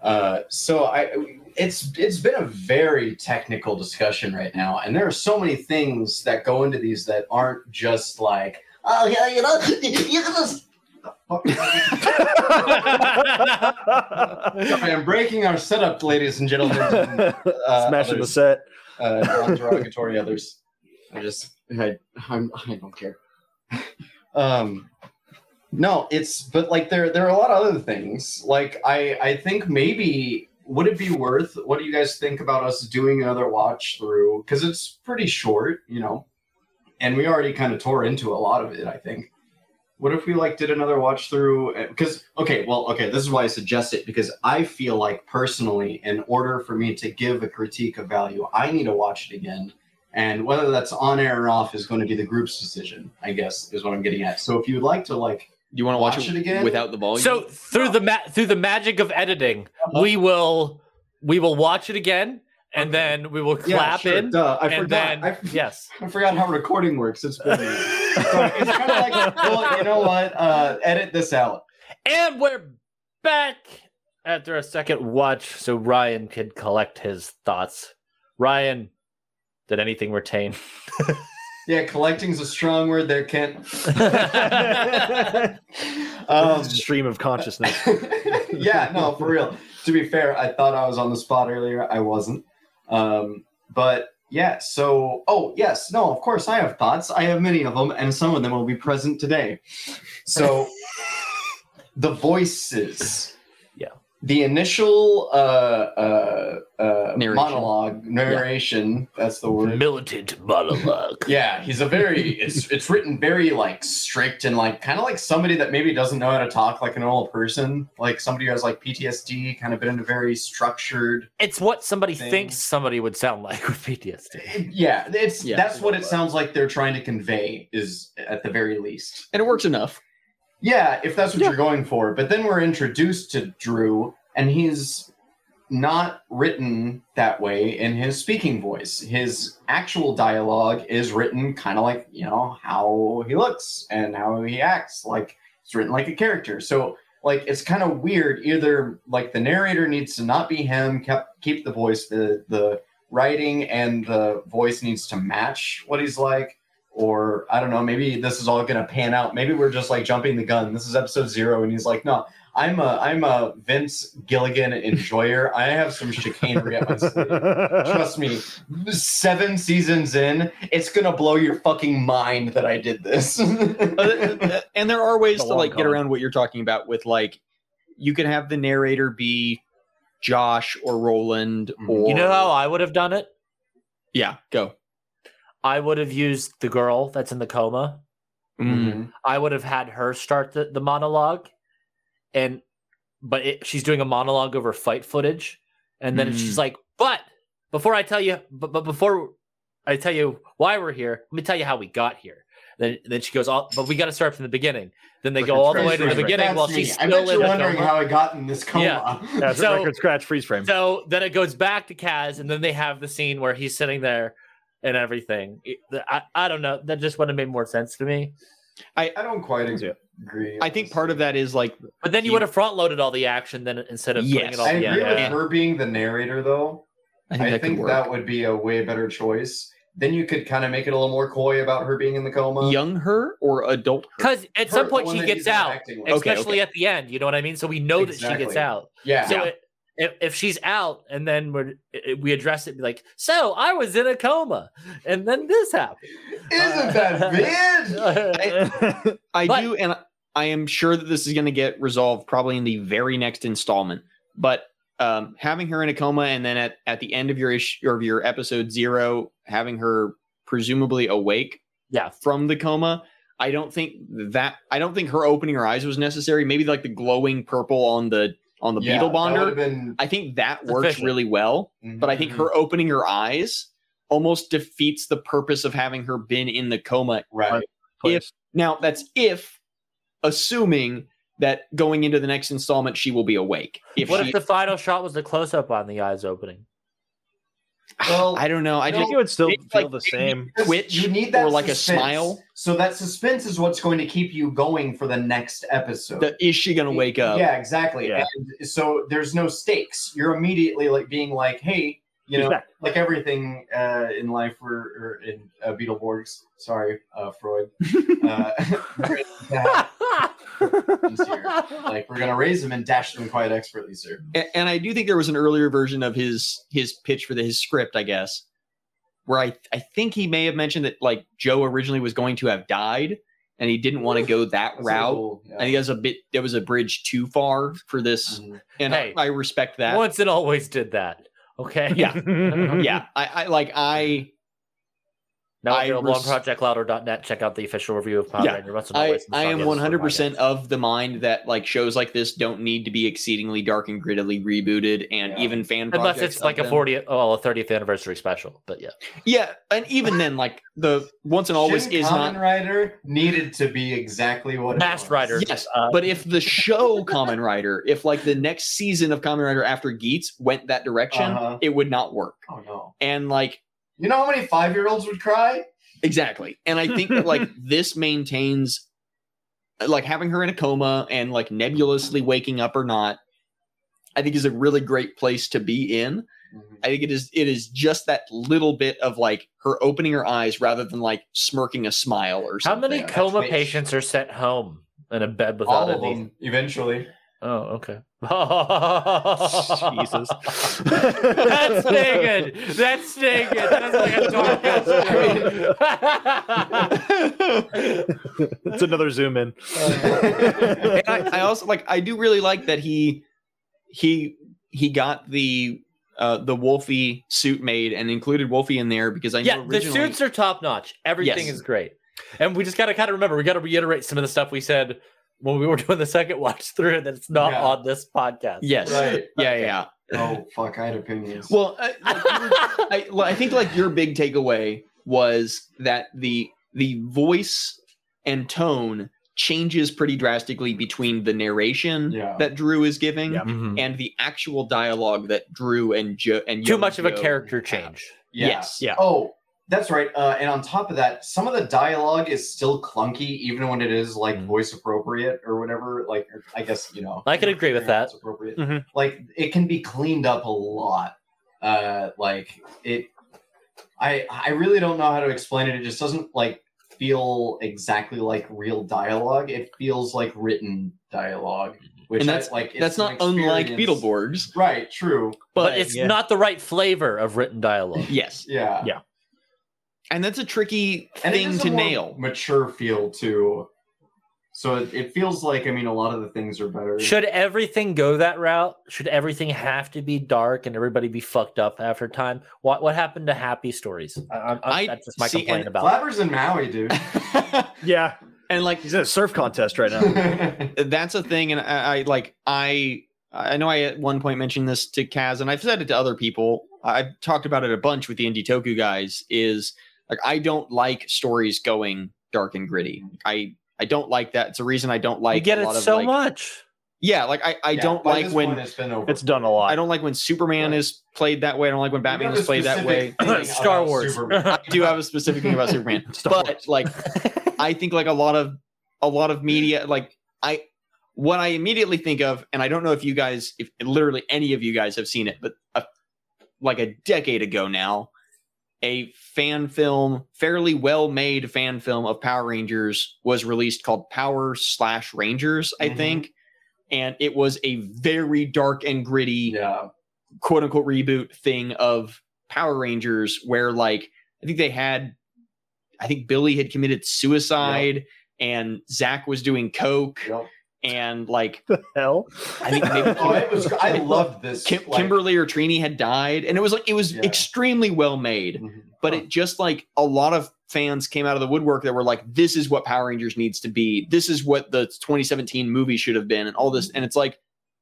S2: Uh, so I, it's it's been a very technical discussion right now, and there are so many things that go into these that aren't just like, oh yeah, you know, you can just. Sorry, I'm breaking our setup, ladies and gentlemen. Uh,
S4: Smashing the
S2: others,
S4: set.
S2: uh, non-derogatory others. I just I I'm, I don't care. um, no, it's but like there there are a lot of other things. Like I I think maybe would it be worth? What do you guys think about us doing another watch through? Because it's pretty short, you know, and we already kind of tore into a lot of it. I think. What if we like did another watch through? Because okay, well, okay, this is why I suggest it because I feel like personally, in order for me to give a critique of value, I need to watch it again, and whether that's on air or off is going to be the group's decision. I guess is what I'm getting at. So if you'd like to like
S1: do you want to watch,
S2: Watch
S1: it,
S2: it again?
S1: without the volume
S3: So through the ma- through the magic of editing, we will we will watch it again, and then we will
S2: yeah,
S3: clap
S2: sure,
S3: in,
S2: duh, I
S3: and
S2: forgot.
S3: then
S2: I,
S3: yes.
S2: I forgot how recording works. It's been. So it's kind of like, well, you know what? Uh, edit this out.
S3: And we're back after a second watch so Ryan could collect his thoughts. Ryan, did anything retain?
S2: Yeah, collecting's a strong word there, Kent. Um,
S4: stream of consciousness.
S2: yeah, no, for real. To be fair, I thought I was on the spot earlier. I wasn't. Um, but yeah, so, oh, yes, no, of course, I have thoughts. I have many of them, and some of them will be present today. So, the voices.
S3: Yeah.
S2: The initial uh, uh, uh,
S1: Narration.
S2: monologue, narration, that's the word.
S3: Militant monologue.
S2: Yeah, he's a very it's it's written very like strict and like kind of like somebody that maybe doesn't know how to talk like a normal person, like somebody who has like PTSD, kind of been in a very structured.
S3: It's what somebody
S2: Thing.
S3: thinks somebody would sound like with PTSD.
S2: Yeah, it's
S1: Yeah.
S2: that's what it sounds like they're trying to convey is at the very least.
S1: and it works enough.
S2: Yeah, if that's what you're going for. But then we're introduced to Drew, and he's not written that way in his speaking voice. His actual dialogue is written kind of like, you know, how he looks and how he acts. Like, it's written like a character. So, like, it's kind of weird. Either, like, the narrator needs to not be him, kept, keep the voice, the, the writing and the voice needs to match what he's like or I don't know, maybe this is all going to pan out. Maybe we're just like jumping the gun. This is episode zero, and he's like, no, I'm a I'm a Vince Gilligan enjoyer. I have some chicanery up my sleeve. Trust me, seven seasons in, it's gonna blow your fucking mind that I did this.
S1: Uh, and there are ways
S4: It's a
S1: to like
S4: long
S1: get
S4: con.
S1: around what you're talking about with like you could have the narrator be Josh or Roland
S2: Mhm.
S1: or
S3: You know how I would have done it?
S1: yeah go
S3: I would have used the girl that's in the coma.
S2: Mhm.
S3: I would have had her start the, the monologue, and but it, she's doing a monologue over fight footage, and then
S2: Hmm.
S3: she's like, "But before I tell you, but, but before I tell you why we're here, let me tell you how we got here." Then then she goes, "All but we got to start from the beginning." Then they go all the way to the
S2: That's
S3: beginning while
S2: me.
S3: she's
S2: I
S3: still
S2: bet
S3: in
S2: you're
S3: the
S2: wondering
S3: coma.
S2: how I got in this coma.
S4: That's
S3: So-
S4: a record scratch freeze frame.
S3: So then it goes back to Kaz, and then they have the scene where he's sitting there and everything. It- I, I don't know. That just would have made more sense to me.
S2: I don't quite
S4: Yeah.
S2: agree.
S1: I think part of that is like
S3: But then you
S1: You-
S3: would have front loaded all the action then instead of putting
S1: Yes.
S3: it all
S2: I agree
S3: together.
S4: Yeah.
S2: with her being the narrator though.
S1: I think
S2: I
S1: that could
S2: think
S1: work.
S2: that would be a way better choice. Then you could kind of make it a little more coy about her being in the coma.
S1: young her or adult her.
S3: Because at some
S2: Her-
S3: point
S2: the one
S3: she
S2: that
S3: gets
S2: he's not
S3: out,
S2: acting with.
S1: Okay,
S3: especially at the end. You know what I mean? So we know that she gets
S2: Exactly.
S3: out.
S2: Yeah.
S3: So it, if, if she's out, and then we're, it, we address it be like, so I was in a coma, and then this happened.
S2: Isn't that weird?
S1: I
S3: But-
S1: do, and I am sure that this is going to get resolved probably in the very next installment. But um, having her in a coma, and then at, at the end of your issue or of your episode zero, having her presumably awake,
S3: Yeah.
S1: from the coma. I don't think that I don't think her opening her eyes was necessary. Maybe like the glowing purple on the on the
S2: Yeah,
S1: beetle
S2: that would've
S1: bonder.
S2: been-
S1: I think that works
S3: Sufficient.
S1: really well. But I think
S2: Mhm.
S1: her opening her eyes almost defeats the purpose of having her been in the coma
S2: Mm-hmm. right.
S4: Please.
S1: now, that's if assuming that going into the next installment, she will be awake. If
S3: what
S1: she,
S3: if the final shot was the close up on the eyes opening?
S2: Well,
S1: I don't know. I
S4: I
S1: just
S4: think it would still
S1: It's
S4: feel
S1: like-
S4: the same.
S2: because
S1: twitch
S2: you need that
S1: or like a
S2: suspense.
S1: smile?
S2: So that suspense is what's going to keep you going for the next episode.
S1: the, is she gonna wake up?
S2: Yeah, exactly.
S4: Yeah.
S2: And so there's no stakes. You're immediately like being like, hey, you
S4: She's
S2: know,
S4: back.
S2: like everything uh, in life, we're or in uh, Beetleborgs. Sorry, uh, Freud. Uh, we're gonna dash them here. like we're gonna raise them and dash them quite expertly, sir.
S1: A- And, I do think there was an earlier version of his his pitch for the, his script, I guess, where I I think he may have mentioned that like Joe originally was going to have died, and he didn't want to go that
S2: That's a
S1: route.
S2: little- yeah.
S1: I think that's a bit that was a bridge too far for this,
S2: Mhm.
S1: and
S3: Mm-hmm. Hey.
S1: I, I respect that.
S3: Once and always did that. Okay.
S1: Yeah.
S3: Mm-hmm.
S1: Yeah, I, I like I
S3: Now
S1: I
S3: available
S1: res-
S3: on projectlouder.net. Check out the official review of Power
S1: Yeah.
S3: Ranger Once and
S1: I,
S3: Always.
S1: I am
S3: Nostalgia
S1: 100%
S3: podcast.
S1: of the mind that like shows like this don't need to be exceedingly dark and grittily rebooted and
S2: Yeah.
S1: even fan
S3: Unless
S1: projects
S3: it's like
S1: of
S3: a
S1: them-
S3: 40th, well, a 30th anniversary special, but yeah.
S1: yeah and even then like the once and always
S2: Shin
S1: is
S2: Kamen
S1: not
S2: Rider needed to be exactly what it
S3: Masked
S2: was.
S3: Rider.
S1: yes
S3: Uh,
S1: but if the show Common Rider if like the next season of Common Rider after Geats went that direction
S2: Uh-huh.
S1: it would not work
S2: Oh no!
S1: and like
S2: You know how many five-year-olds would cry?
S1: exactly and I think that like this maintains like having her in a coma and like nebulously waking up or not, I think is a really great place to be in. I think it is it is just that little bit of like her opening her eyes rather than like smirking a smile or
S3: How
S1: something.
S3: many
S2: that's
S3: coma
S2: rich.
S3: patients are sent home in a bed without
S2: All
S3: a
S2: of
S3: knee?
S2: them eventually.
S3: Oh, okay.
S4: Jesus.
S3: That's naked. That's naked. That's like a dark
S4: That's another zoom in.
S1: and I, I also like I do really like that he he he got the uh the Wolfie suit made and included Wolfie in there because I
S3: yeah,
S1: know
S3: the
S1: originally
S3: suits are top notch. Everything
S1: Yes.
S3: is great. And we just got to kind of remember, we got to reiterate some of the stuff we said when we were doing the second watch through that it's not
S2: Yeah.
S3: on this podcast.
S1: yes
S2: Right.
S1: yeah yeah
S2: Oh fuck, I had opinions.
S1: well I, like, you were- I, well, I think like your big takeaway was that the the voice and tone changes pretty drastically between the narration
S2: Yeah.
S1: that Drew is giving
S4: Yeah.
S2: Mm-hmm.
S1: and the actual dialogue that Drew and Joe and
S3: Mm-hmm. Too
S1: Young
S3: much of a
S1: Joe
S3: character
S1: have.
S3: change.
S2: Yeah.
S1: Yes.
S4: Yeah.
S2: Oh, that's right. Uh, and on top of that, some of the dialogue is still clunky, even when it is like
S3: Mhm.
S2: voice appropriate or whatever. Like, I guess you know.
S3: I can agree with that.
S2: It's appropriate.
S4: Mhm.
S2: Like, it can be cleaned up a lot. Uh, like it. I I really don't know how to explain it. It just doesn't like feel exactly like real dialogue. It feels like written dialogue, which
S1: And
S2: I-
S1: that's-
S2: like it's
S1: That's
S2: an
S1: not unlike
S2: experience.
S1: Beetleborgs,
S2: Right. True.
S3: But,
S1: but
S3: it's
S4: yeah.
S3: not the right flavor of written dialogue.
S1: yes,
S2: Yeah.
S1: and that's a tricky
S2: And it
S1: thing
S2: is a
S1: to
S2: more
S1: nail.
S2: Mature feel too. So it, it feels like I mean a lot of the things are better.
S3: Should everything go that route? Should everything have to be dark and everybody be fucked up after time? What what happened to happy stories? I, I,
S1: I-
S3: I, that's just my
S1: see,
S3: complaint
S1: and
S3: about.
S2: Flappers in Maui, dude.
S4: Yeah,
S1: and like
S4: he's in a surf contest right now.
S2: yeah.
S1: that's a thing, and I, I like I I know I at one point mentioned this to Kaz, and I've said it to other people. I've talked about it a bunch with the Indie Toku guys. Is like I don't like stories going dark and gritty. I I don't like that. It's a reason I don't
S3: Like,
S1: like.
S3: you get
S1: a
S3: it
S1: lot of,
S3: so
S1: like-
S3: much.
S1: Yeah, like I I don't
S2: by
S1: like
S2: this
S1: when
S2: point, it's been over.
S4: It's done a lot.
S1: I don't like when Superman
S2: Right.
S1: is played that way. I don't like when
S2: You have
S1: Batman
S2: a
S1: is played that
S2: specific
S1: way.
S2: thing about
S3: Star Wars.
S2: Superman.
S1: I do have a specific thing about Superman, but like, I think like a lot of a lot of media, like I, what I immediately think of, and I don't know if you guys, if literally any of you guys have seen it, but a, like a decade ago now, a fan film, fairly well made fan film of Power Rangers was released called Power Slash Rangers, I
S2: Mhm.
S1: think, and it was a very dark and gritty
S2: yeah.
S1: quote unquote reboot thing of Power Rangers, where like I think they had, I think Billy had committed suicide and Zach was doing coke
S2: Yep.
S1: and like
S4: Hell,
S1: I think maybe
S2: Oh, it was. I loved this.
S1: Kim-
S2: like-
S1: Kimberly or Trini had died, and it was like it was
S2: Yeah.
S1: extremely well made,
S2: Mhm.
S1: but
S2: Huh.
S1: it just like a lot of fans came out of the woodwork that were like, this is what Power Rangers needs to be, this is what the 2017 movie should have been, and all this, and it's like.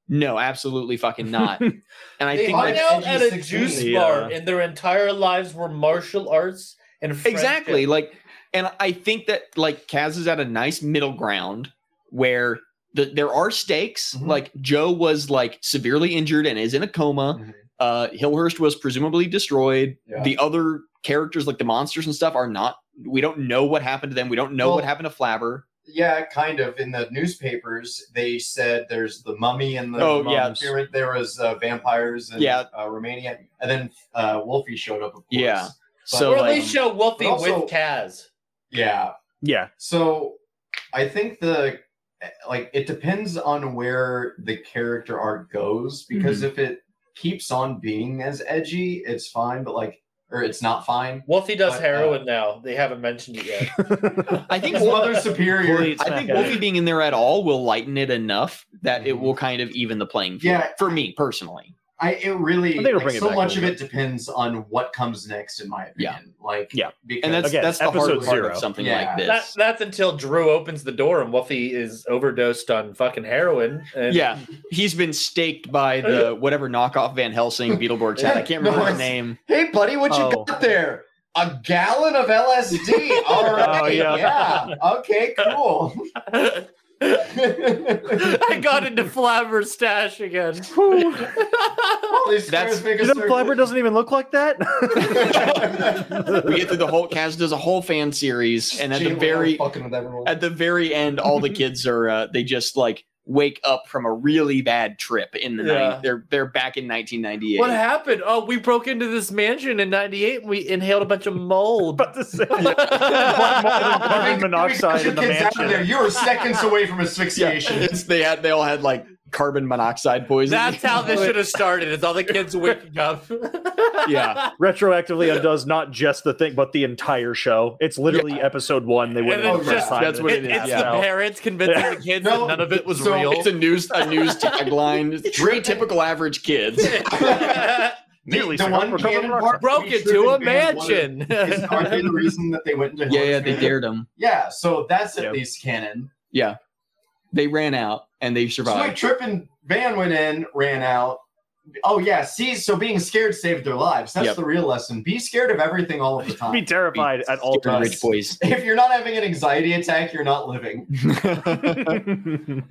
S1: No, absolutely fucking not. And I
S2: They
S1: think
S2: are
S1: like,
S2: out at a juice
S4: bar
S3: and their entire lives were martial arts and
S1: exactly like and i think that like kaz is at a nice middle ground where the, there are stakes
S2: Mhm.
S1: like joe was like severely injured and is in a coma
S2: Mhm.
S1: uh hillhurst was presumably destroyed
S2: Yeah.
S1: the other characters like the monsters and stuff are not we don't know what happened to them we don't know what
S2: Well-
S1: happened to flabber
S2: Yeah, kind of. In the newspapers, they said there's the mummy and the
S1: Oh, yeah.
S2: pyramid. There was uh, vampires in
S1: Yeah.
S2: uh, Romania, and then uh, Wolfie showed up. Of course.
S1: Yeah.
S2: But-
S1: so
S2: Or at
S1: like,
S2: least-
S3: show Wolfie
S2: But also-
S3: Kaz.
S2: yeah.
S4: yeah,
S2: So I think the like it depends on where the character arc goes because
S4: Mm-hmm.
S2: if it keeps on being as edgy, it's fine. But like, or it's not fine.
S3: Wolfie
S2: does But, uh, heroin
S3: now. They haven't mentioned it yet.
S1: i think
S2: His mother superior.
S4: Please.
S1: I think
S4: Okay.
S1: Wolfie being in there at all will lighten it enough that it
S2: Mhm.
S1: will kind of even the playing field
S2: Yeah.
S1: for me personally.
S2: I it really
S4: I think we'll
S2: like,
S4: bring it
S2: so
S4: back a
S2: much of
S4: little
S2: it depends on what comes next, in my
S1: Yeah.
S2: opinion. Like
S4: Yeah.
S2: because,
S1: And that's
S4: Again,
S1: that's the hard
S4: episode
S1: part
S4: zero.
S1: of something
S2: Yeah.
S1: like this.
S3: That, that's until Drew opens the door and Wolfie is overdosed on fucking heroin. And
S1: yeah, he's been staked by the whatever knockoff Van Helsing Beetleborgs had. I can't remember
S2: No,
S1: her
S2: it's-
S1: name.
S2: hey buddy, what you
S4: Oh.
S2: got there? A gallon of LSD. All right,
S4: Oh, yeah.
S2: yeah. Okay, cool.
S3: I got into flabber stash again.
S2: All these
S1: That's-
S2: squares make a
S4: You know,
S2: circle.
S4: Flabber doesn't even look like that.
S1: we get through the whole Kaz does a whole fan series, and at
S2: Gee,
S1: the
S2: we're
S1: very
S2: fucking with everyone.
S1: at the very end, all the kids are uh, they just like wake up from a really bad trip in the
S3: Yeah.
S1: night. They're they're back in 1998.
S3: What happened? Oh, we broke into this mansion in '98 and we inhaled a bunch of mold.
S4: About to say, Black mold and carbon monoxide in the
S2: Kids out of there,
S4: mansion.
S2: You were seconds away from
S1: Yeah,
S2: asphyxiation.
S1: it's, they had they all had like carbon monoxide poisoning.
S3: That's how this should have started. It's all the kids waking up.
S1: yeah.
S4: Retroactively undoes not just the thing, but the entire show. It's literally episode one. They went
S3: And
S4: over
S3: it's
S4: the
S3: just-
S4: time.
S1: that's what
S3: It-
S1: it is,
S3: it's
S1: yeah.
S3: the parents convincing
S4: Yeah.
S3: the kids
S2: No,
S3: that none of it was
S2: so
S3: real.
S1: It's a news a news tagline. Three typical average kids.
S4: Nearly
S2: the
S4: so.
S2: one
S4: We're covered
S2: cannon
S4: in rock.
S2: part
S3: broke
S2: we
S3: into a
S2: tripped and wanted
S3: mansion.
S2: Is aren't they the reason that they went into
S1: Yeah, yeah, they
S2: Hell's
S1: dared them.
S2: Yeah, so that's at
S4: Yeah.
S2: least canon.
S1: Yeah, they ran out and they
S2: So my
S1: survived.
S2: trip and van went in, ran out. Oh yeah, see, so being scared saved their lives. That's
S1: Yep.
S2: the real lesson. Be scared of everything all of the time.
S4: Be terrified at all
S1: Stupid rich
S4: times.
S1: boys.
S2: if you're not having an anxiety attack, you're not living.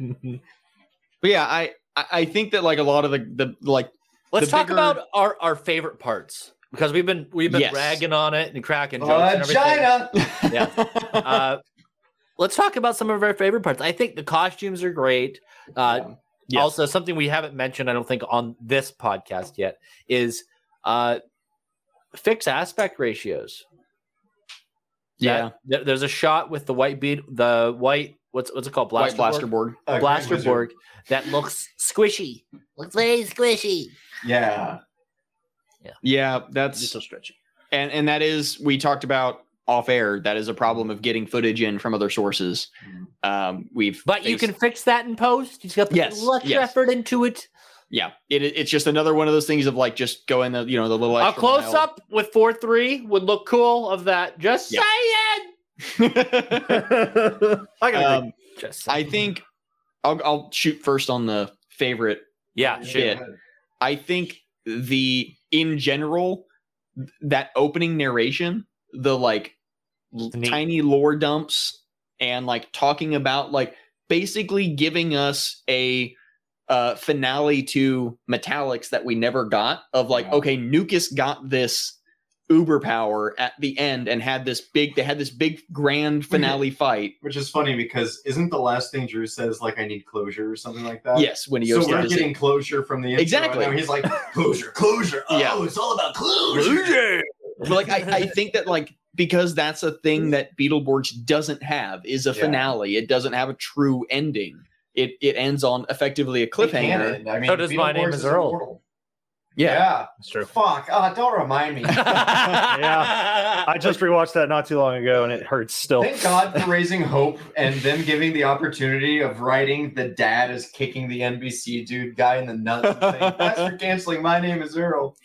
S1: But yeah, I I I think that like a lot of the the like
S3: Let's
S1: The
S3: talk
S1: bigger-
S3: about our, our favorite parts because we've been we've been
S1: Yes.
S3: ragging on it and
S2: Uh,
S3: cracking jokes and everything.
S2: Vagina.
S3: Uh, let's talk about some of our favorite parts. I think the costumes are great. Uh,
S4: Yes.
S3: Also, something we haven't mentioned, I don't think, on this podcast yet is uh, fixed aspect ratios.
S1: yeah
S3: That- there- there's a shot with the white bead, the white what's what's it called,
S1: white
S3: blaster,
S1: blaster
S3: board?
S1: board.
S2: A
S3: blaster
S2: wizard.
S3: board that looks squishy. Looks very squishy.
S2: Yeah.
S1: Yeah,
S4: It's
S1: that's
S4: so stretchy.
S1: and and that is we talked about off air. That is a problem of getting footage in from other sources. Um, we've
S3: But you
S1: faced-
S3: can fix that in post. You just got to
S1: Yes,
S3: put less
S1: yes.
S3: effort into it.
S1: yeah, it, it's just another one of those things of like just going the you know the little
S3: A
S1: extra
S3: close
S1: mile.
S3: up with four three would look cool of that. Just
S1: Yeah.
S3: saying.
S4: I gotta
S1: um,
S3: Just
S1: I think I'll, I'll shoot first on the favorite
S3: yeah,
S1: shit. I think the in general th- that opening narration, the like l-
S3: Neat.
S1: tiny lore dumps and like talking about like basically giving us a uh finale to metallics that we never got of like
S2: Yeah.
S1: okay nukus got this uber power at the end and had this big they had this big grand finale fight
S2: Which is funny because isn't the last thing Drew says like I need closure or something like that?
S1: yes when he
S2: So
S1: goes to
S2: we're
S1: his-
S2: getting closure from the intro, and
S1: Exactly.
S2: now he's like closure, closure. Oh,
S1: Yeah.
S2: it's all about closure.
S1: But like I, I think that like because that's a thing that Beetleborgs doesn't have is a
S2: Yeah.
S1: finale. It doesn't have a true ending. It it ends on effectively a cliffhanger.
S2: Canon. I mean,
S3: So does My Name
S2: Beetleborgs
S3: is Earl.
S2: immortal.
S1: Yeah.
S4: It's true.
S2: Fuck. Ah, don't remind me.
S3: yeah.
S4: I just rewatched that not too long ago, and it hurts still.
S2: Thank God for raising hope and then giving the opportunity of writing the dad is kicking the NBC dude guy in the nuts and saying, Thanks for canceling. My name is Earl.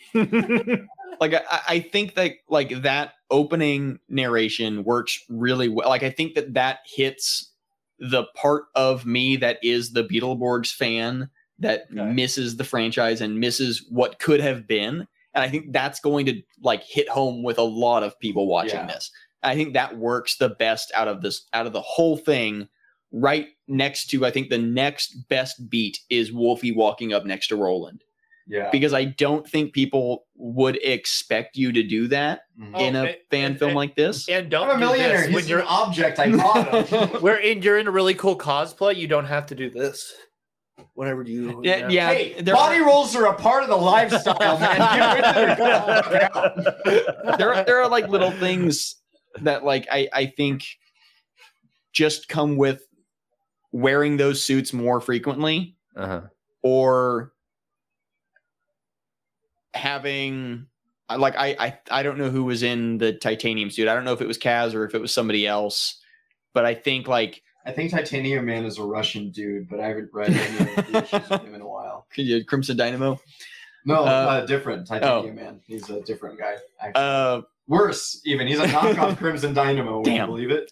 S1: Like I, I think that like that opening narration works really well. Like I think that that hits the part of me that is the Beetleborgs fan that
S2: Okay.
S1: misses the franchise and misses what could have been. And I think that's going to like hit home with a lot of people watching
S2: Yeah.
S1: this. I think that works the best out of this out of the whole thing. Right next to I think the next best beat is Wolfie walking up next to Roland
S2: Yeah.
S1: because I don't think people would expect you to do that
S2: Mhm.
S3: Oh,
S1: in a
S3: and-
S1: fan
S3: and-
S1: film
S3: and-
S1: like this.
S3: and
S2: I'm a
S3: don't do
S2: millionaire.
S3: this
S2: He's
S3: when
S2: an
S3: you're
S2: object. I bought him.
S3: where in you're in a really cool cosplay. You don't have to do this. Whenever you
S1: Yeah, yeah.
S2: hey,
S1: there,
S2: body rolls are a part of the lifestyle, man. Get with it or don't. Yeah.
S1: are, there, are- there are like little things that like I, I think just come with wearing those suits more frequently
S3: Uh-huh.
S1: or having I- like I, I I don't know who was in the titanium suit. I don't know if it was Kaz or if it was somebody else, but I think like
S2: I think Titanium Man is a Russian dude, but I haven't read any of the issues with him in a while.
S1: Crimson Dynamo.
S2: No,
S1: Uh,
S2: uh, oh. different Titanium Man. He's a different guy. actually.
S1: Uh
S2: Worse, even. He's a knockoff Crimson Dynamo. Would you
S1: Damn.
S2: believe it?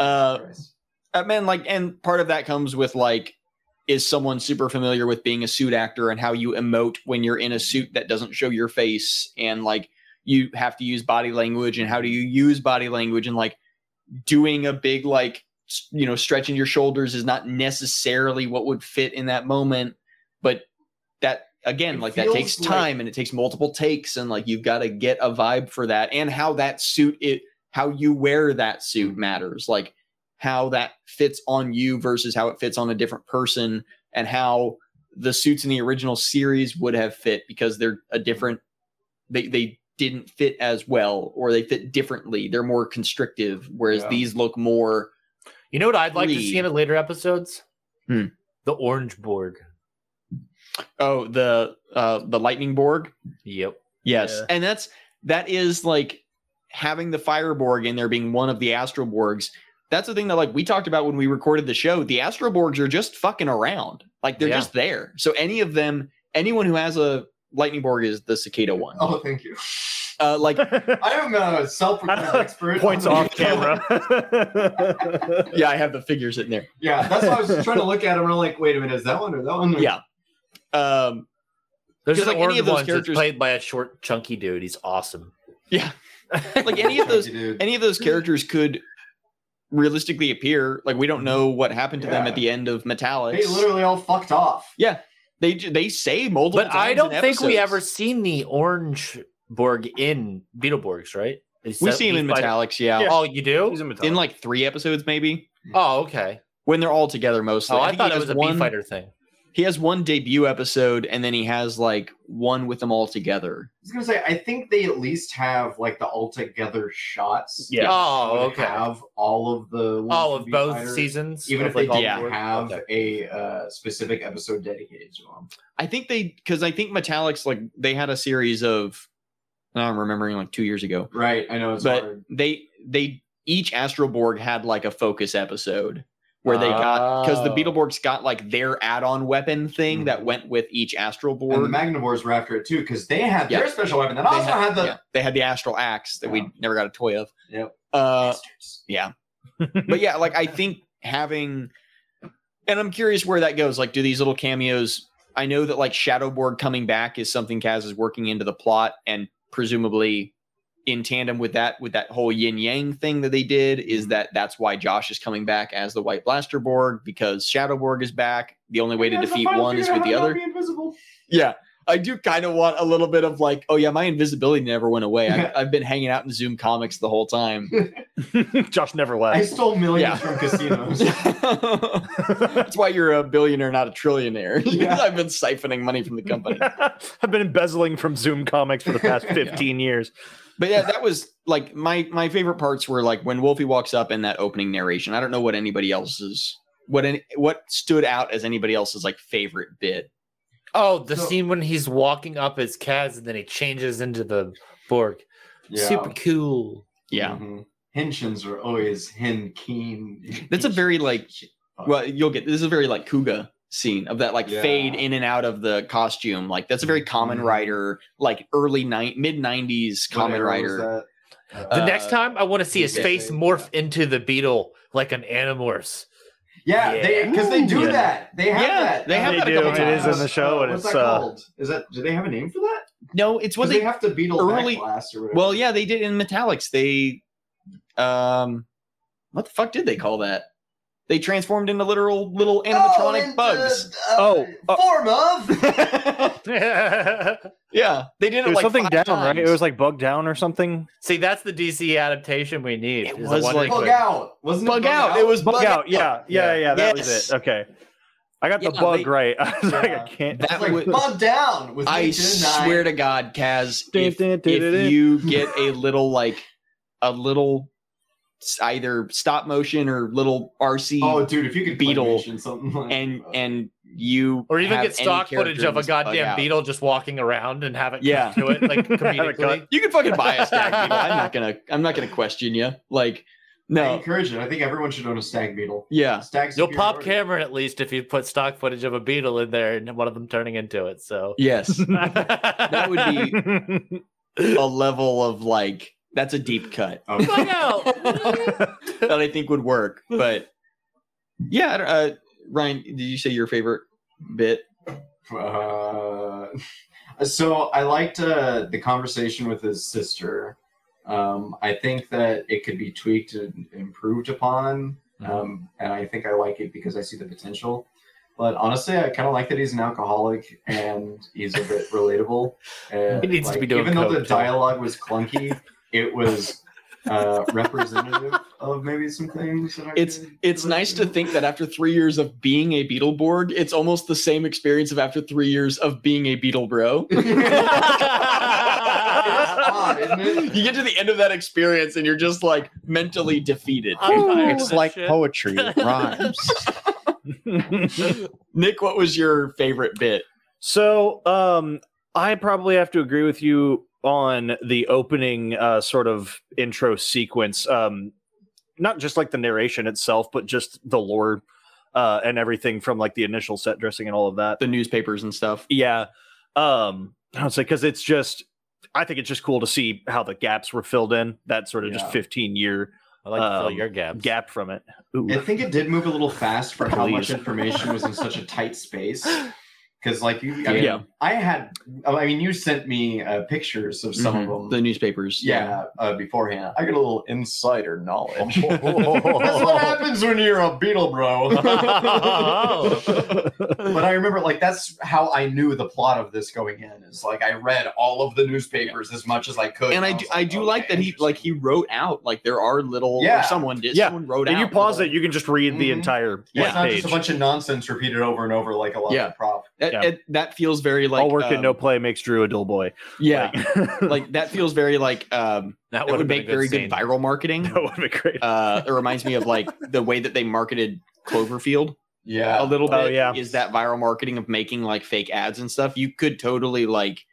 S1: Uh,
S2: Christ.
S1: uh, man, like, and part of that comes with like, is someone super familiar with being a suit actor and how you emote when you're in a suit that doesn't show your face, and like you have to use body language and how do you use body language and like doing a big like s- you know stretching your shoulders is not necessarily what would fit in that moment but that again
S2: It
S1: like that
S2: feels
S1: takes
S2: like-
S1: time and it takes multiple takes and like you've got to get a vibe for that and how that suit it how you wear that suit matters like how that fits on you versus how it fits on a different person and how the suits in the original series would have fit because they're a different they they didn't fit as well or they fit differently they're more constrictive whereas
S2: Yeah.
S1: these look more
S3: You know what I'd like to
S1: Read.
S3: see in the later episodes?
S1: Hmm.
S3: The orange board.
S1: oh the uh the lightning borg
S3: Yep.
S1: yes
S4: Yeah.
S1: and that's that is like having the fireborg in there being one of the astroborgs that's the thing that like we talked about when we recorded the show the astroborgs are just fucking around like they're
S3: Yeah.
S1: just there so any of them anyone who has a lightning borg is the cicada one
S2: Oh, thank you.
S1: uh like
S2: I am a self-proclaimed expert.
S4: Points
S2: on the-
S4: off camera.
S1: yeah i have the figure sitting there
S2: Yeah, that's why I was just trying to look at him and I'm like, wait a minute, is that one or that one?
S1: yeah um
S3: There's
S1: 'Cause,
S3: an
S1: like, any
S3: orange
S1: of those
S3: one that's
S1: characters-
S3: played by a short, chunky dude. He's awesome.
S1: Yeah. like any of those
S2: Chunky dude.
S1: any of those characters could realistically appear like we don't know what happened to them
S2: Yeah.
S1: at the end of
S2: They
S1: metallics
S2: literally all fucked off.
S1: they ju- they say multiple
S3: But I
S1: times
S3: don't
S1: in
S3: think we ever
S1: episodes.
S3: seen the orange Borg in Beetleborgs, right? Is
S1: we
S3: that-
S1: see him in
S3: fight-
S1: metallics yeah,
S3: Oh, you do?
S4: He's a
S1: in
S4: Metallica.
S1: like three episodes maybe
S3: Oh, okay.
S1: when they're all together mostly
S3: Oh, I,
S1: think he
S3: thought it
S1: has
S3: was a
S1: one,
S3: bee fighter thing.
S1: he has one debut episode and then he has like one with them all together
S2: I was gonna say, I think they at least have like the all together shots.
S4: Yeah.
S3: Oh,
S2: They would
S3: okay.
S2: Have all of the ones
S3: Oh,
S2: from
S3: of
S2: Beat
S3: both
S2: Fighters,
S3: seasons,
S2: even
S3: of,
S2: if they
S3: like, all
S2: didn't
S3: four?
S2: have
S3: Okay.
S2: a uh, specific episode dedicated to them.
S1: I think they because I think metallics like they had a series of now I'm remembering like two years ago
S2: Right, I know it's
S1: but
S2: hard.
S1: they they each Astroborg had like a focus episode where they got because the
S3: Oh. Hmm.
S1: Beetleborgs got like their add-on weapon thing that went with each
S2: And the
S1: Astroborg.
S2: Magnivores were after it too because they had
S1: Yeah.
S2: their special weapon that
S1: They
S2: also
S1: had-
S2: had, the
S1: yeah, they had the Astral Axe that
S2: Yeah.
S1: we never got a toy of.
S2: Yep.
S1: Uh,
S2: Bastards.
S1: yeah. but yeah, like I think having and I'm curious where that goes. Like, do these little cameos I know that like Shadowborg coming back is something Kaz is working into the plot and presumably in tandem with that with that whole yin yang thing that they did is
S2: Mm-hmm.
S1: that that's why Josh is coming back as the White Blaster Borg because Shadowborg is back. The only way to
S2: Yeah, it's a
S1: defeat
S2: final
S1: one is with
S2: figure out
S1: the
S2: how to
S1: other.
S2: be invisible.
S1: Yeah. I do kind of want a little bit of like, oh yeah, my invisibility never went away. I, I've been hanging out in Zoom comics the whole time.
S4: Josh never
S2: I
S4: left.
S2: stole millions
S1: Uh, Yeah.
S2: from casinos.
S1: That's why you're a billionaire, not a trillionaire.
S2: Yeah.
S1: I've been siphoning money from the company.
S4: I've been embezzling from Zoom comics for the past 15 years.
S1: But yeah, that was like my my favorite parts were like when Wolfie walks up and that opening narration. I don't know what anybody else's what any, what stood out as anybody else's like favorite bit.
S3: Oh, the
S2: So-
S3: scene when he's walking up as Kaz and then he changes into the Borg. Super cool.
S1: Yeah.
S2: Mhm. Henshins are always hen keen.
S1: That's a very like well, you'll get this is a very like Kuga scene of that like
S2: Yeah.
S1: fade in and out of the costume. Like that's a very common
S2: Mhm.
S1: writer, like early night mid nineties common writer.
S3: The
S1: Uh,
S3: next time I want to see his
S1: yeah.
S3: face morph into the beetle like an Animorphs.
S2: Yeah,
S3: Yeah.
S2: they because they do
S4: Yeah.
S2: that. They have
S1: Yeah,
S2: that.
S1: they have
S4: They
S1: that a
S4: do.
S1: couple
S4: It is in
S1: times.
S4: the show, and
S2: what's
S4: it's
S2: that
S4: uh,
S2: called? Is that do they have a name for that?
S1: No, it's
S2: Because
S1: what
S2: they
S1: they
S2: have to beetle
S1: early-
S2: backlash or whatever.
S1: Well, yeah, they did in Metallics. They, um, what the fuck did they call that? They transformed into literal little
S2: Oh,
S1: animatronic
S2: into,
S1: bugs.
S2: uh,
S4: Oh, uh,
S2: form of.
S1: yeah, they did it,
S4: it was
S1: like
S4: something
S1: five
S4: down, right? It
S1: times.
S4: was like bug down or something.
S3: see, that's the DC adaptation we need.
S1: It
S3: is the
S1: was
S3: one
S1: like-
S3: that-
S2: Bug out. Wasn't it
S1: bug out. It was
S4: Bug, out. Yeah, yeah, yeah. That
S1: Yes.
S4: was it. Okay. I got
S1: Yeah,
S4: the bug
S1: they-
S4: right. I was like,
S2: Yeah.
S4: I can't.
S1: That
S2: It's like
S1: was-
S2: bug down with
S1: I
S2: Nick Denied.
S1: swear to God, Kaz,
S4: Dun,
S1: if,
S4: dun, dun, dun,
S1: if
S4: dun.
S1: you get a little like a little s- either stop motion or little RC
S2: Oh, dude, if you could
S1: Beetle
S2: claymation something like
S1: and and you
S3: or even
S1: have
S3: get
S1: any
S3: stock
S1: character
S3: footage of
S1: in
S3: a
S1: this bug
S3: goddamn
S1: out.
S3: beetle just walking around and have it
S1: Yeah.
S3: yeah. to it like
S4: Have it
S3: comedically.
S1: You can fucking buy a stack beetle. I'm not gonna. I'm not gonna question you. Like,
S2: I
S1: no,
S2: encourage it. I think everyone should own a stag beetle.
S1: yeah,
S2: Stag
S3: You'll pop
S2: superiority.
S3: Cameron at least if you put stock footage of a beetle in there and one of them turning into it. So
S1: yes.
S3: that
S1: would be- a level of like that's a deep cut
S2: Oh,
S3: Bug out.
S1: that I think would work. But yeah, I don't- uh, Ryan, did you say your favorite bit?
S2: Uh, so I liked uh, the conversation with his sister. Um, I think that it could be tweaked and improved upon.
S3: Mm-hmm.
S2: um, and I think I like it because I see the potential. But honestly, I kind of like that he's an alcoholic and he's a bit relatable. And,
S3: He needs to
S2: like,
S3: be doing
S2: Even though
S3: coke,
S2: the
S3: too.
S2: dialogue was clunky, it was uh, representative of maybe some things. That I
S1: It's
S2: could
S1: it's
S2: relate
S1: nice to think that after three years of being a Beetleborg, it's almost the same experience of after three years of being a Beetle bro.
S2: It's odd, isn't it?
S1: you get to the end of that experience and you're just like mentally defeated.
S3: I'm tired of
S9: It's
S3: that
S9: like
S3: shit.
S9: poetry, it rhymes.
S1: Nick, what was your favorite bit?
S4: So, um, I probably have to agree with you on the opening uh, sort of intro sequence. Um, not just like the narration itself, but just the lore uh, and everything from like the initial set dressing and all of that.
S1: The newspapers and stuff.
S4: Yeah, um, I would say because it's just, I think it's just cool to see how the gaps were filled in. That sort of just
S2: Yeah.
S4: fifteen year
S3: I like to fill
S4: Um,
S3: your gaps.
S4: gap from it. Ooh.
S2: I think it did move a little fast for how much
S4: Please.
S2: information was in such a tight space. Because, like, you, I mean,
S4: Yeah.
S2: I had, I mean, you sent me uh, pictures of some
S3: Mm-hmm.
S1: Mhm.
S2: of them.
S1: The newspapers.
S2: yeah, uh, beforehand. I got a little insider knowledge. That's what
S9: That's
S2: happens when you're a Beetle bro. but I remember, like, that's how I knew the plot of this going in. Is like I read all of the newspapers as much as I could,
S1: And I
S2: was
S1: do, I do
S2: okay,
S1: like that he like he wrote out like there are little
S2: Yeah.
S1: or someone did
S4: Yeah.
S1: someone wrote
S4: If
S1: out
S4: you pause it,
S1: little-
S4: you can just read the
S2: Mhm.
S4: entire
S2: Yeah,
S4: yeah.
S2: it's not
S4: page.
S2: just a bunch of nonsense repeated over and over like a lot
S1: Yeah.
S2: of prop.
S1: that,
S4: yeah.
S1: it- that feels very like
S4: All work
S1: um,
S4: and no play makes Drew a dull boy.
S1: yeah
S4: Like-
S1: like that feels very like um
S3: that
S1: that
S3: would've
S1: would
S3: been a
S1: make very
S3: scene.
S1: good viral marketing
S4: That would be great.
S1: uh it reminds me of like the way that they marketed cloverfield a
S2: Yeah,
S1: little bit
S4: Oh, yeah.
S1: is that viral marketing of making like fake ads and stuff you could totally like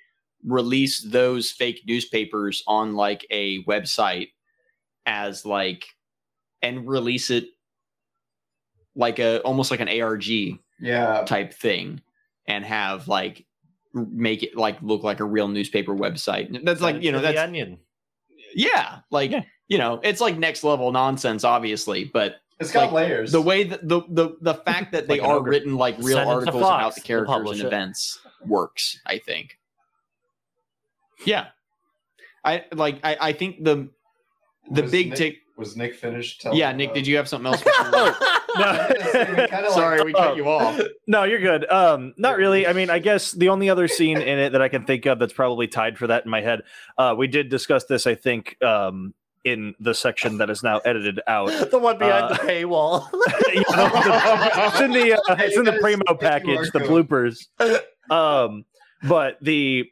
S1: release those fake newspapers on like a website as like and release it like a almost like an arg
S2: yeah.
S1: type thing and have like r- make it like look like a real newspaper website that's like you know
S3: The
S1: that's
S3: onion.
S1: yeah like
S4: Yeah.
S1: you know it's like next level nonsense obviously but
S2: It's
S1: like,
S2: got layers.
S1: the way that the the, the fact that they
S4: Like an
S1: are
S4: ogre.
S1: written like real
S3: Send it to
S1: articles
S3: Fox
S1: about the
S3: to
S1: characters
S3: publish
S1: and
S3: it.
S1: events works i think yeah i like i i think the the
S2: Was
S1: big
S2: Nick-
S1: tick
S2: was Nick finished. Telling
S1: yeah nick did you have something else
S4: no.
S1: sorry we cut you off
S4: no, you're good. Um, not really. I mean, I guess the only other scene in it that I can think of that's probably tied for that in my head. Uh, we did discuss this, I think, um, in the section that is now edited out.
S3: the one behind
S4: Uh,
S3: the paywall.
S4: You know, the- it's in the uh,
S2: Hey,
S4: it's in the
S2: guys,
S4: primo
S2: thank you,
S4: package, the
S2: Marco.
S4: bloopers. Um, but the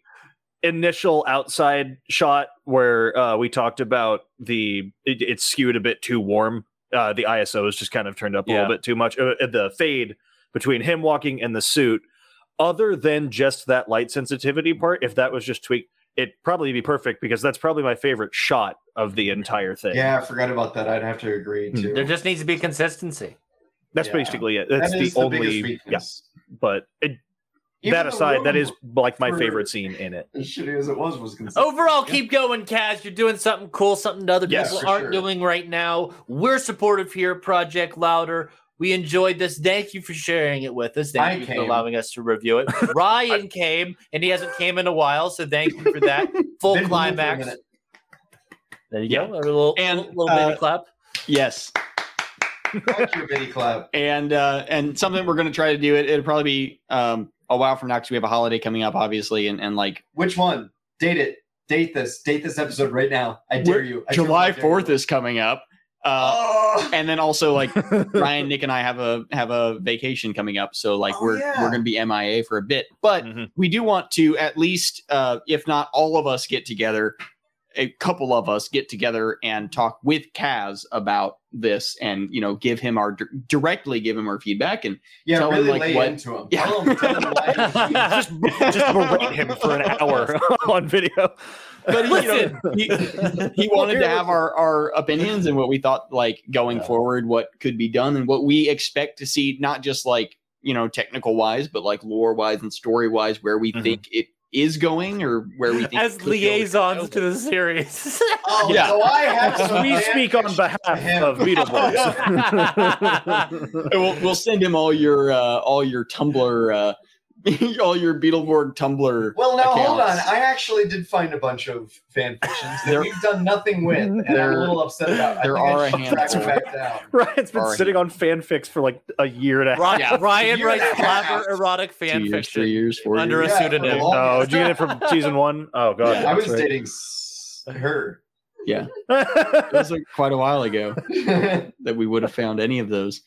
S4: initial outside shot where uh, we talked about the it, it's skewed a bit too warm. Uh, the ISO is just kind of turned up a
S3: Yeah.
S4: little bit too much. Uh, the fade between him walking and the suit, other than just that light sensitivity part, if that was just tweaked, it'd probably be perfect because that's probably my favorite shot of the entire thing.
S2: Yeah, I forgot about that. I'd have to agree
S4: Hmm.
S2: too.
S3: there just needs to be consistency.
S4: that's
S2: Yeah.
S4: basically it. That's
S2: That
S4: the,
S2: is biggest
S4: only yeah.
S2: weakness.
S4: but it,
S2: Even
S4: that
S2: the
S4: aside, that
S2: room,
S4: is like my
S2: for-
S4: favorite scene in it.
S2: as shitty as it was was consistent.
S3: Overall, keep going, Kaz. You're doing something cool, something that other
S4: Yes,
S2: for
S3: people aren't
S2: sure.
S3: doing right now. We're supportive here at Project Louder. We enjoyed this. Thank you for sharing it with us. Thank
S2: I
S3: you
S2: came.
S3: for allowing us to review it. Ryan came, and he hasn't came in a while, so thank you for that.
S2: Didn't move
S3: Full
S2: for a
S3: climax.
S2: minute.
S3: There you
S4: Yeah.
S3: go. A little,
S1: And,
S3: little, little
S1: uh,
S3: baby clap.
S1: yes
S2: Fuck your bitty clap.
S1: and uh and something we're gonna try to do it it'll probably be um a while from now because we have a holiday coming up obviously and and like
S2: Which one? Date it. Date this. Date this episode right now. I dare
S1: We're-
S2: you. I
S1: july
S2: truly dare you.
S1: 4th is coming up uh
S2: Oh,
S1: and then also like Ryan, Nick, and I have a have a vacation coming up, so like
S2: Oh,
S1: we're
S2: yeah.
S1: we're gonna be MIA for a bit, but
S2: Mm-hmm.
S4: Mhm.
S1: we do want to at least, uh, if not all of us, get together. A couple of us get together and talk with Kaz about this, and you know, give him our directly give him our feedback, and
S2: yeah,
S1: tell him,
S2: really
S1: like,
S2: lay
S1: what-
S2: into him.
S1: Yeah.
S2: Tell him, tell him why he-
S4: just, just berate him for an hour on video.
S1: but he, you know,
S3: Listen.
S1: he, he wanted to have our, our opinions and what we thought like going forward what could be done and what we expect to see not just like you know technical wise but like lore wise and story wise where we
S4: Mhm.
S1: think it is going or where we think it
S3: as
S1: could go.
S3: liaisons to the series.
S2: Oh,
S1: Yeah.
S2: so I have some
S4: we
S2: fan
S4: speak on
S2: fiction
S4: behalf
S2: for him.
S4: of Beetleborgs.
S1: And we'll, we'll send him all your uh all your tumblr uh all your Beetleborg Tumblr.
S2: Well, now hold on.
S1: accounts.
S2: I actually did find a bunch of fan fictions that
S1: There-
S2: we've done nothing with, and I'm
S1: there-
S2: a little upset about. I
S1: there
S2: think I
S1: are a
S2: should track them
S1: handful.
S2: back down.
S4: Ryan's been
S1: Sorry.
S4: sitting on fanfics for like a year and a half.
S3: Ryan,
S1: Yeah.
S3: Ryan
S2: Year and
S3: writes
S2: a half.
S3: flabber erotic fan
S1: Two years,
S3: fiction
S1: three years, four
S3: under
S1: years.
S3: a
S2: Yeah,
S3: pseudonym.
S2: for
S4: Oh, did you get it from season one? Oh god,
S2: I was
S4: that's right.
S2: dating s- her.
S1: It was like quite a while ago that we would have found any of those.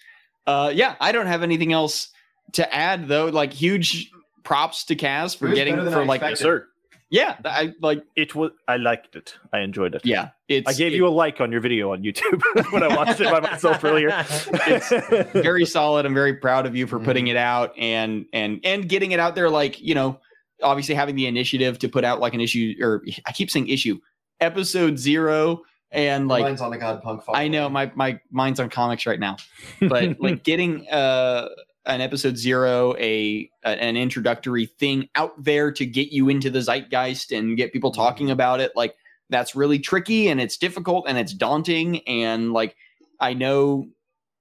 S1: Uh, yeah, I don't have anything else to add though. Like huge props to Kaz
S2: It
S1: for
S2: was
S1: getting
S2: better than
S1: for
S2: I
S1: like
S4: yes,
S2: expected.
S4: sir.
S1: yeah, I like
S4: It was. I liked it. I enjoyed it.
S1: yeah. It's
S4: I gave you a like on your video on YouTube when I watched it by myself earlier.
S1: it's very solid. I'm very proud of you for putting it
S2: Mm-hmm.
S1: out and and and getting it out there. Like you know, obviously having the initiative to put out like an issue or I keep saying issue episode zero and like
S2: Mine's on a god punk.
S1: I know my my mind's on comics right now, but like getting uh an episode zero, a an introductory thing out there to get you into the zeitgeist and get people talking about it, like that's really tricky and it's difficult and it's daunting and like I know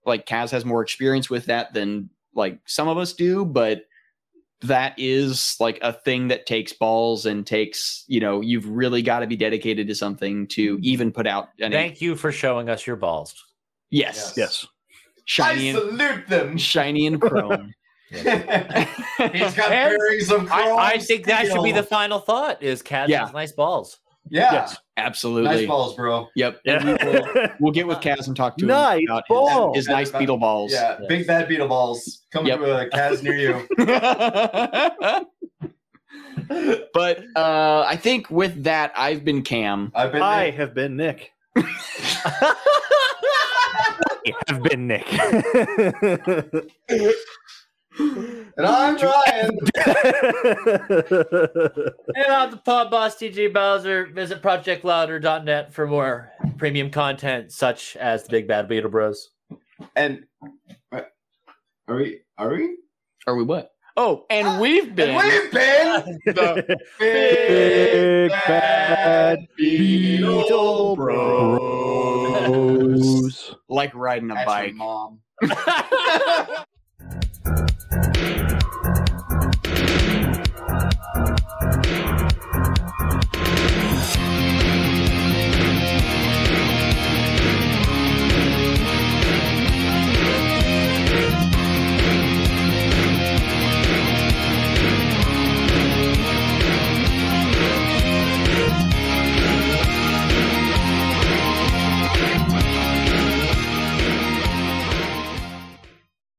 S1: like Kaz has more experience with that than like some of us do, but that is like a thing that takes balls and takes you know you've really got to be dedicated to something to even put out an
S3: Thank you for showing us your balls.
S1: Yes.
S4: yes.
S1: Shiny
S2: I
S1: and
S2: salute them.
S1: shiny and chrome.
S2: He's got
S3: And
S2: bearings of
S3: I,
S2: chrome
S3: I think that should be
S2: steel.
S3: the final thought is Kaz
S1: Yeah.
S3: has nice balls.
S2: yeah.
S4: Yes.
S1: Absolutely.
S2: Nice balls, bro.
S1: Yep.
S4: Yeah.
S1: And we will, we'll get with Kaz and talk to
S4: Nice
S1: him about his-
S4: balls.
S1: his, nice beetle balls.
S2: Yeah,
S3: Yes.
S2: big bad beetle balls coming
S1: Yep.
S2: to a Kaz near you.
S1: but uh, I think with that, I've been Cam.
S2: I've been
S4: I
S2: there.
S4: have been Nick. I have been Nick.
S2: and I'm Ryan.
S3: And on the pod boss TG Bowser, visit projectlouder.net for more premium content such as the Big Bad Beetle Bros.
S2: And are we? Are we?
S1: Are we what? Oh, and we've been.
S2: And we've been the
S4: Big Bad Beetle Bros.
S1: like riding a
S2: That's
S1: bike.
S2: your mom.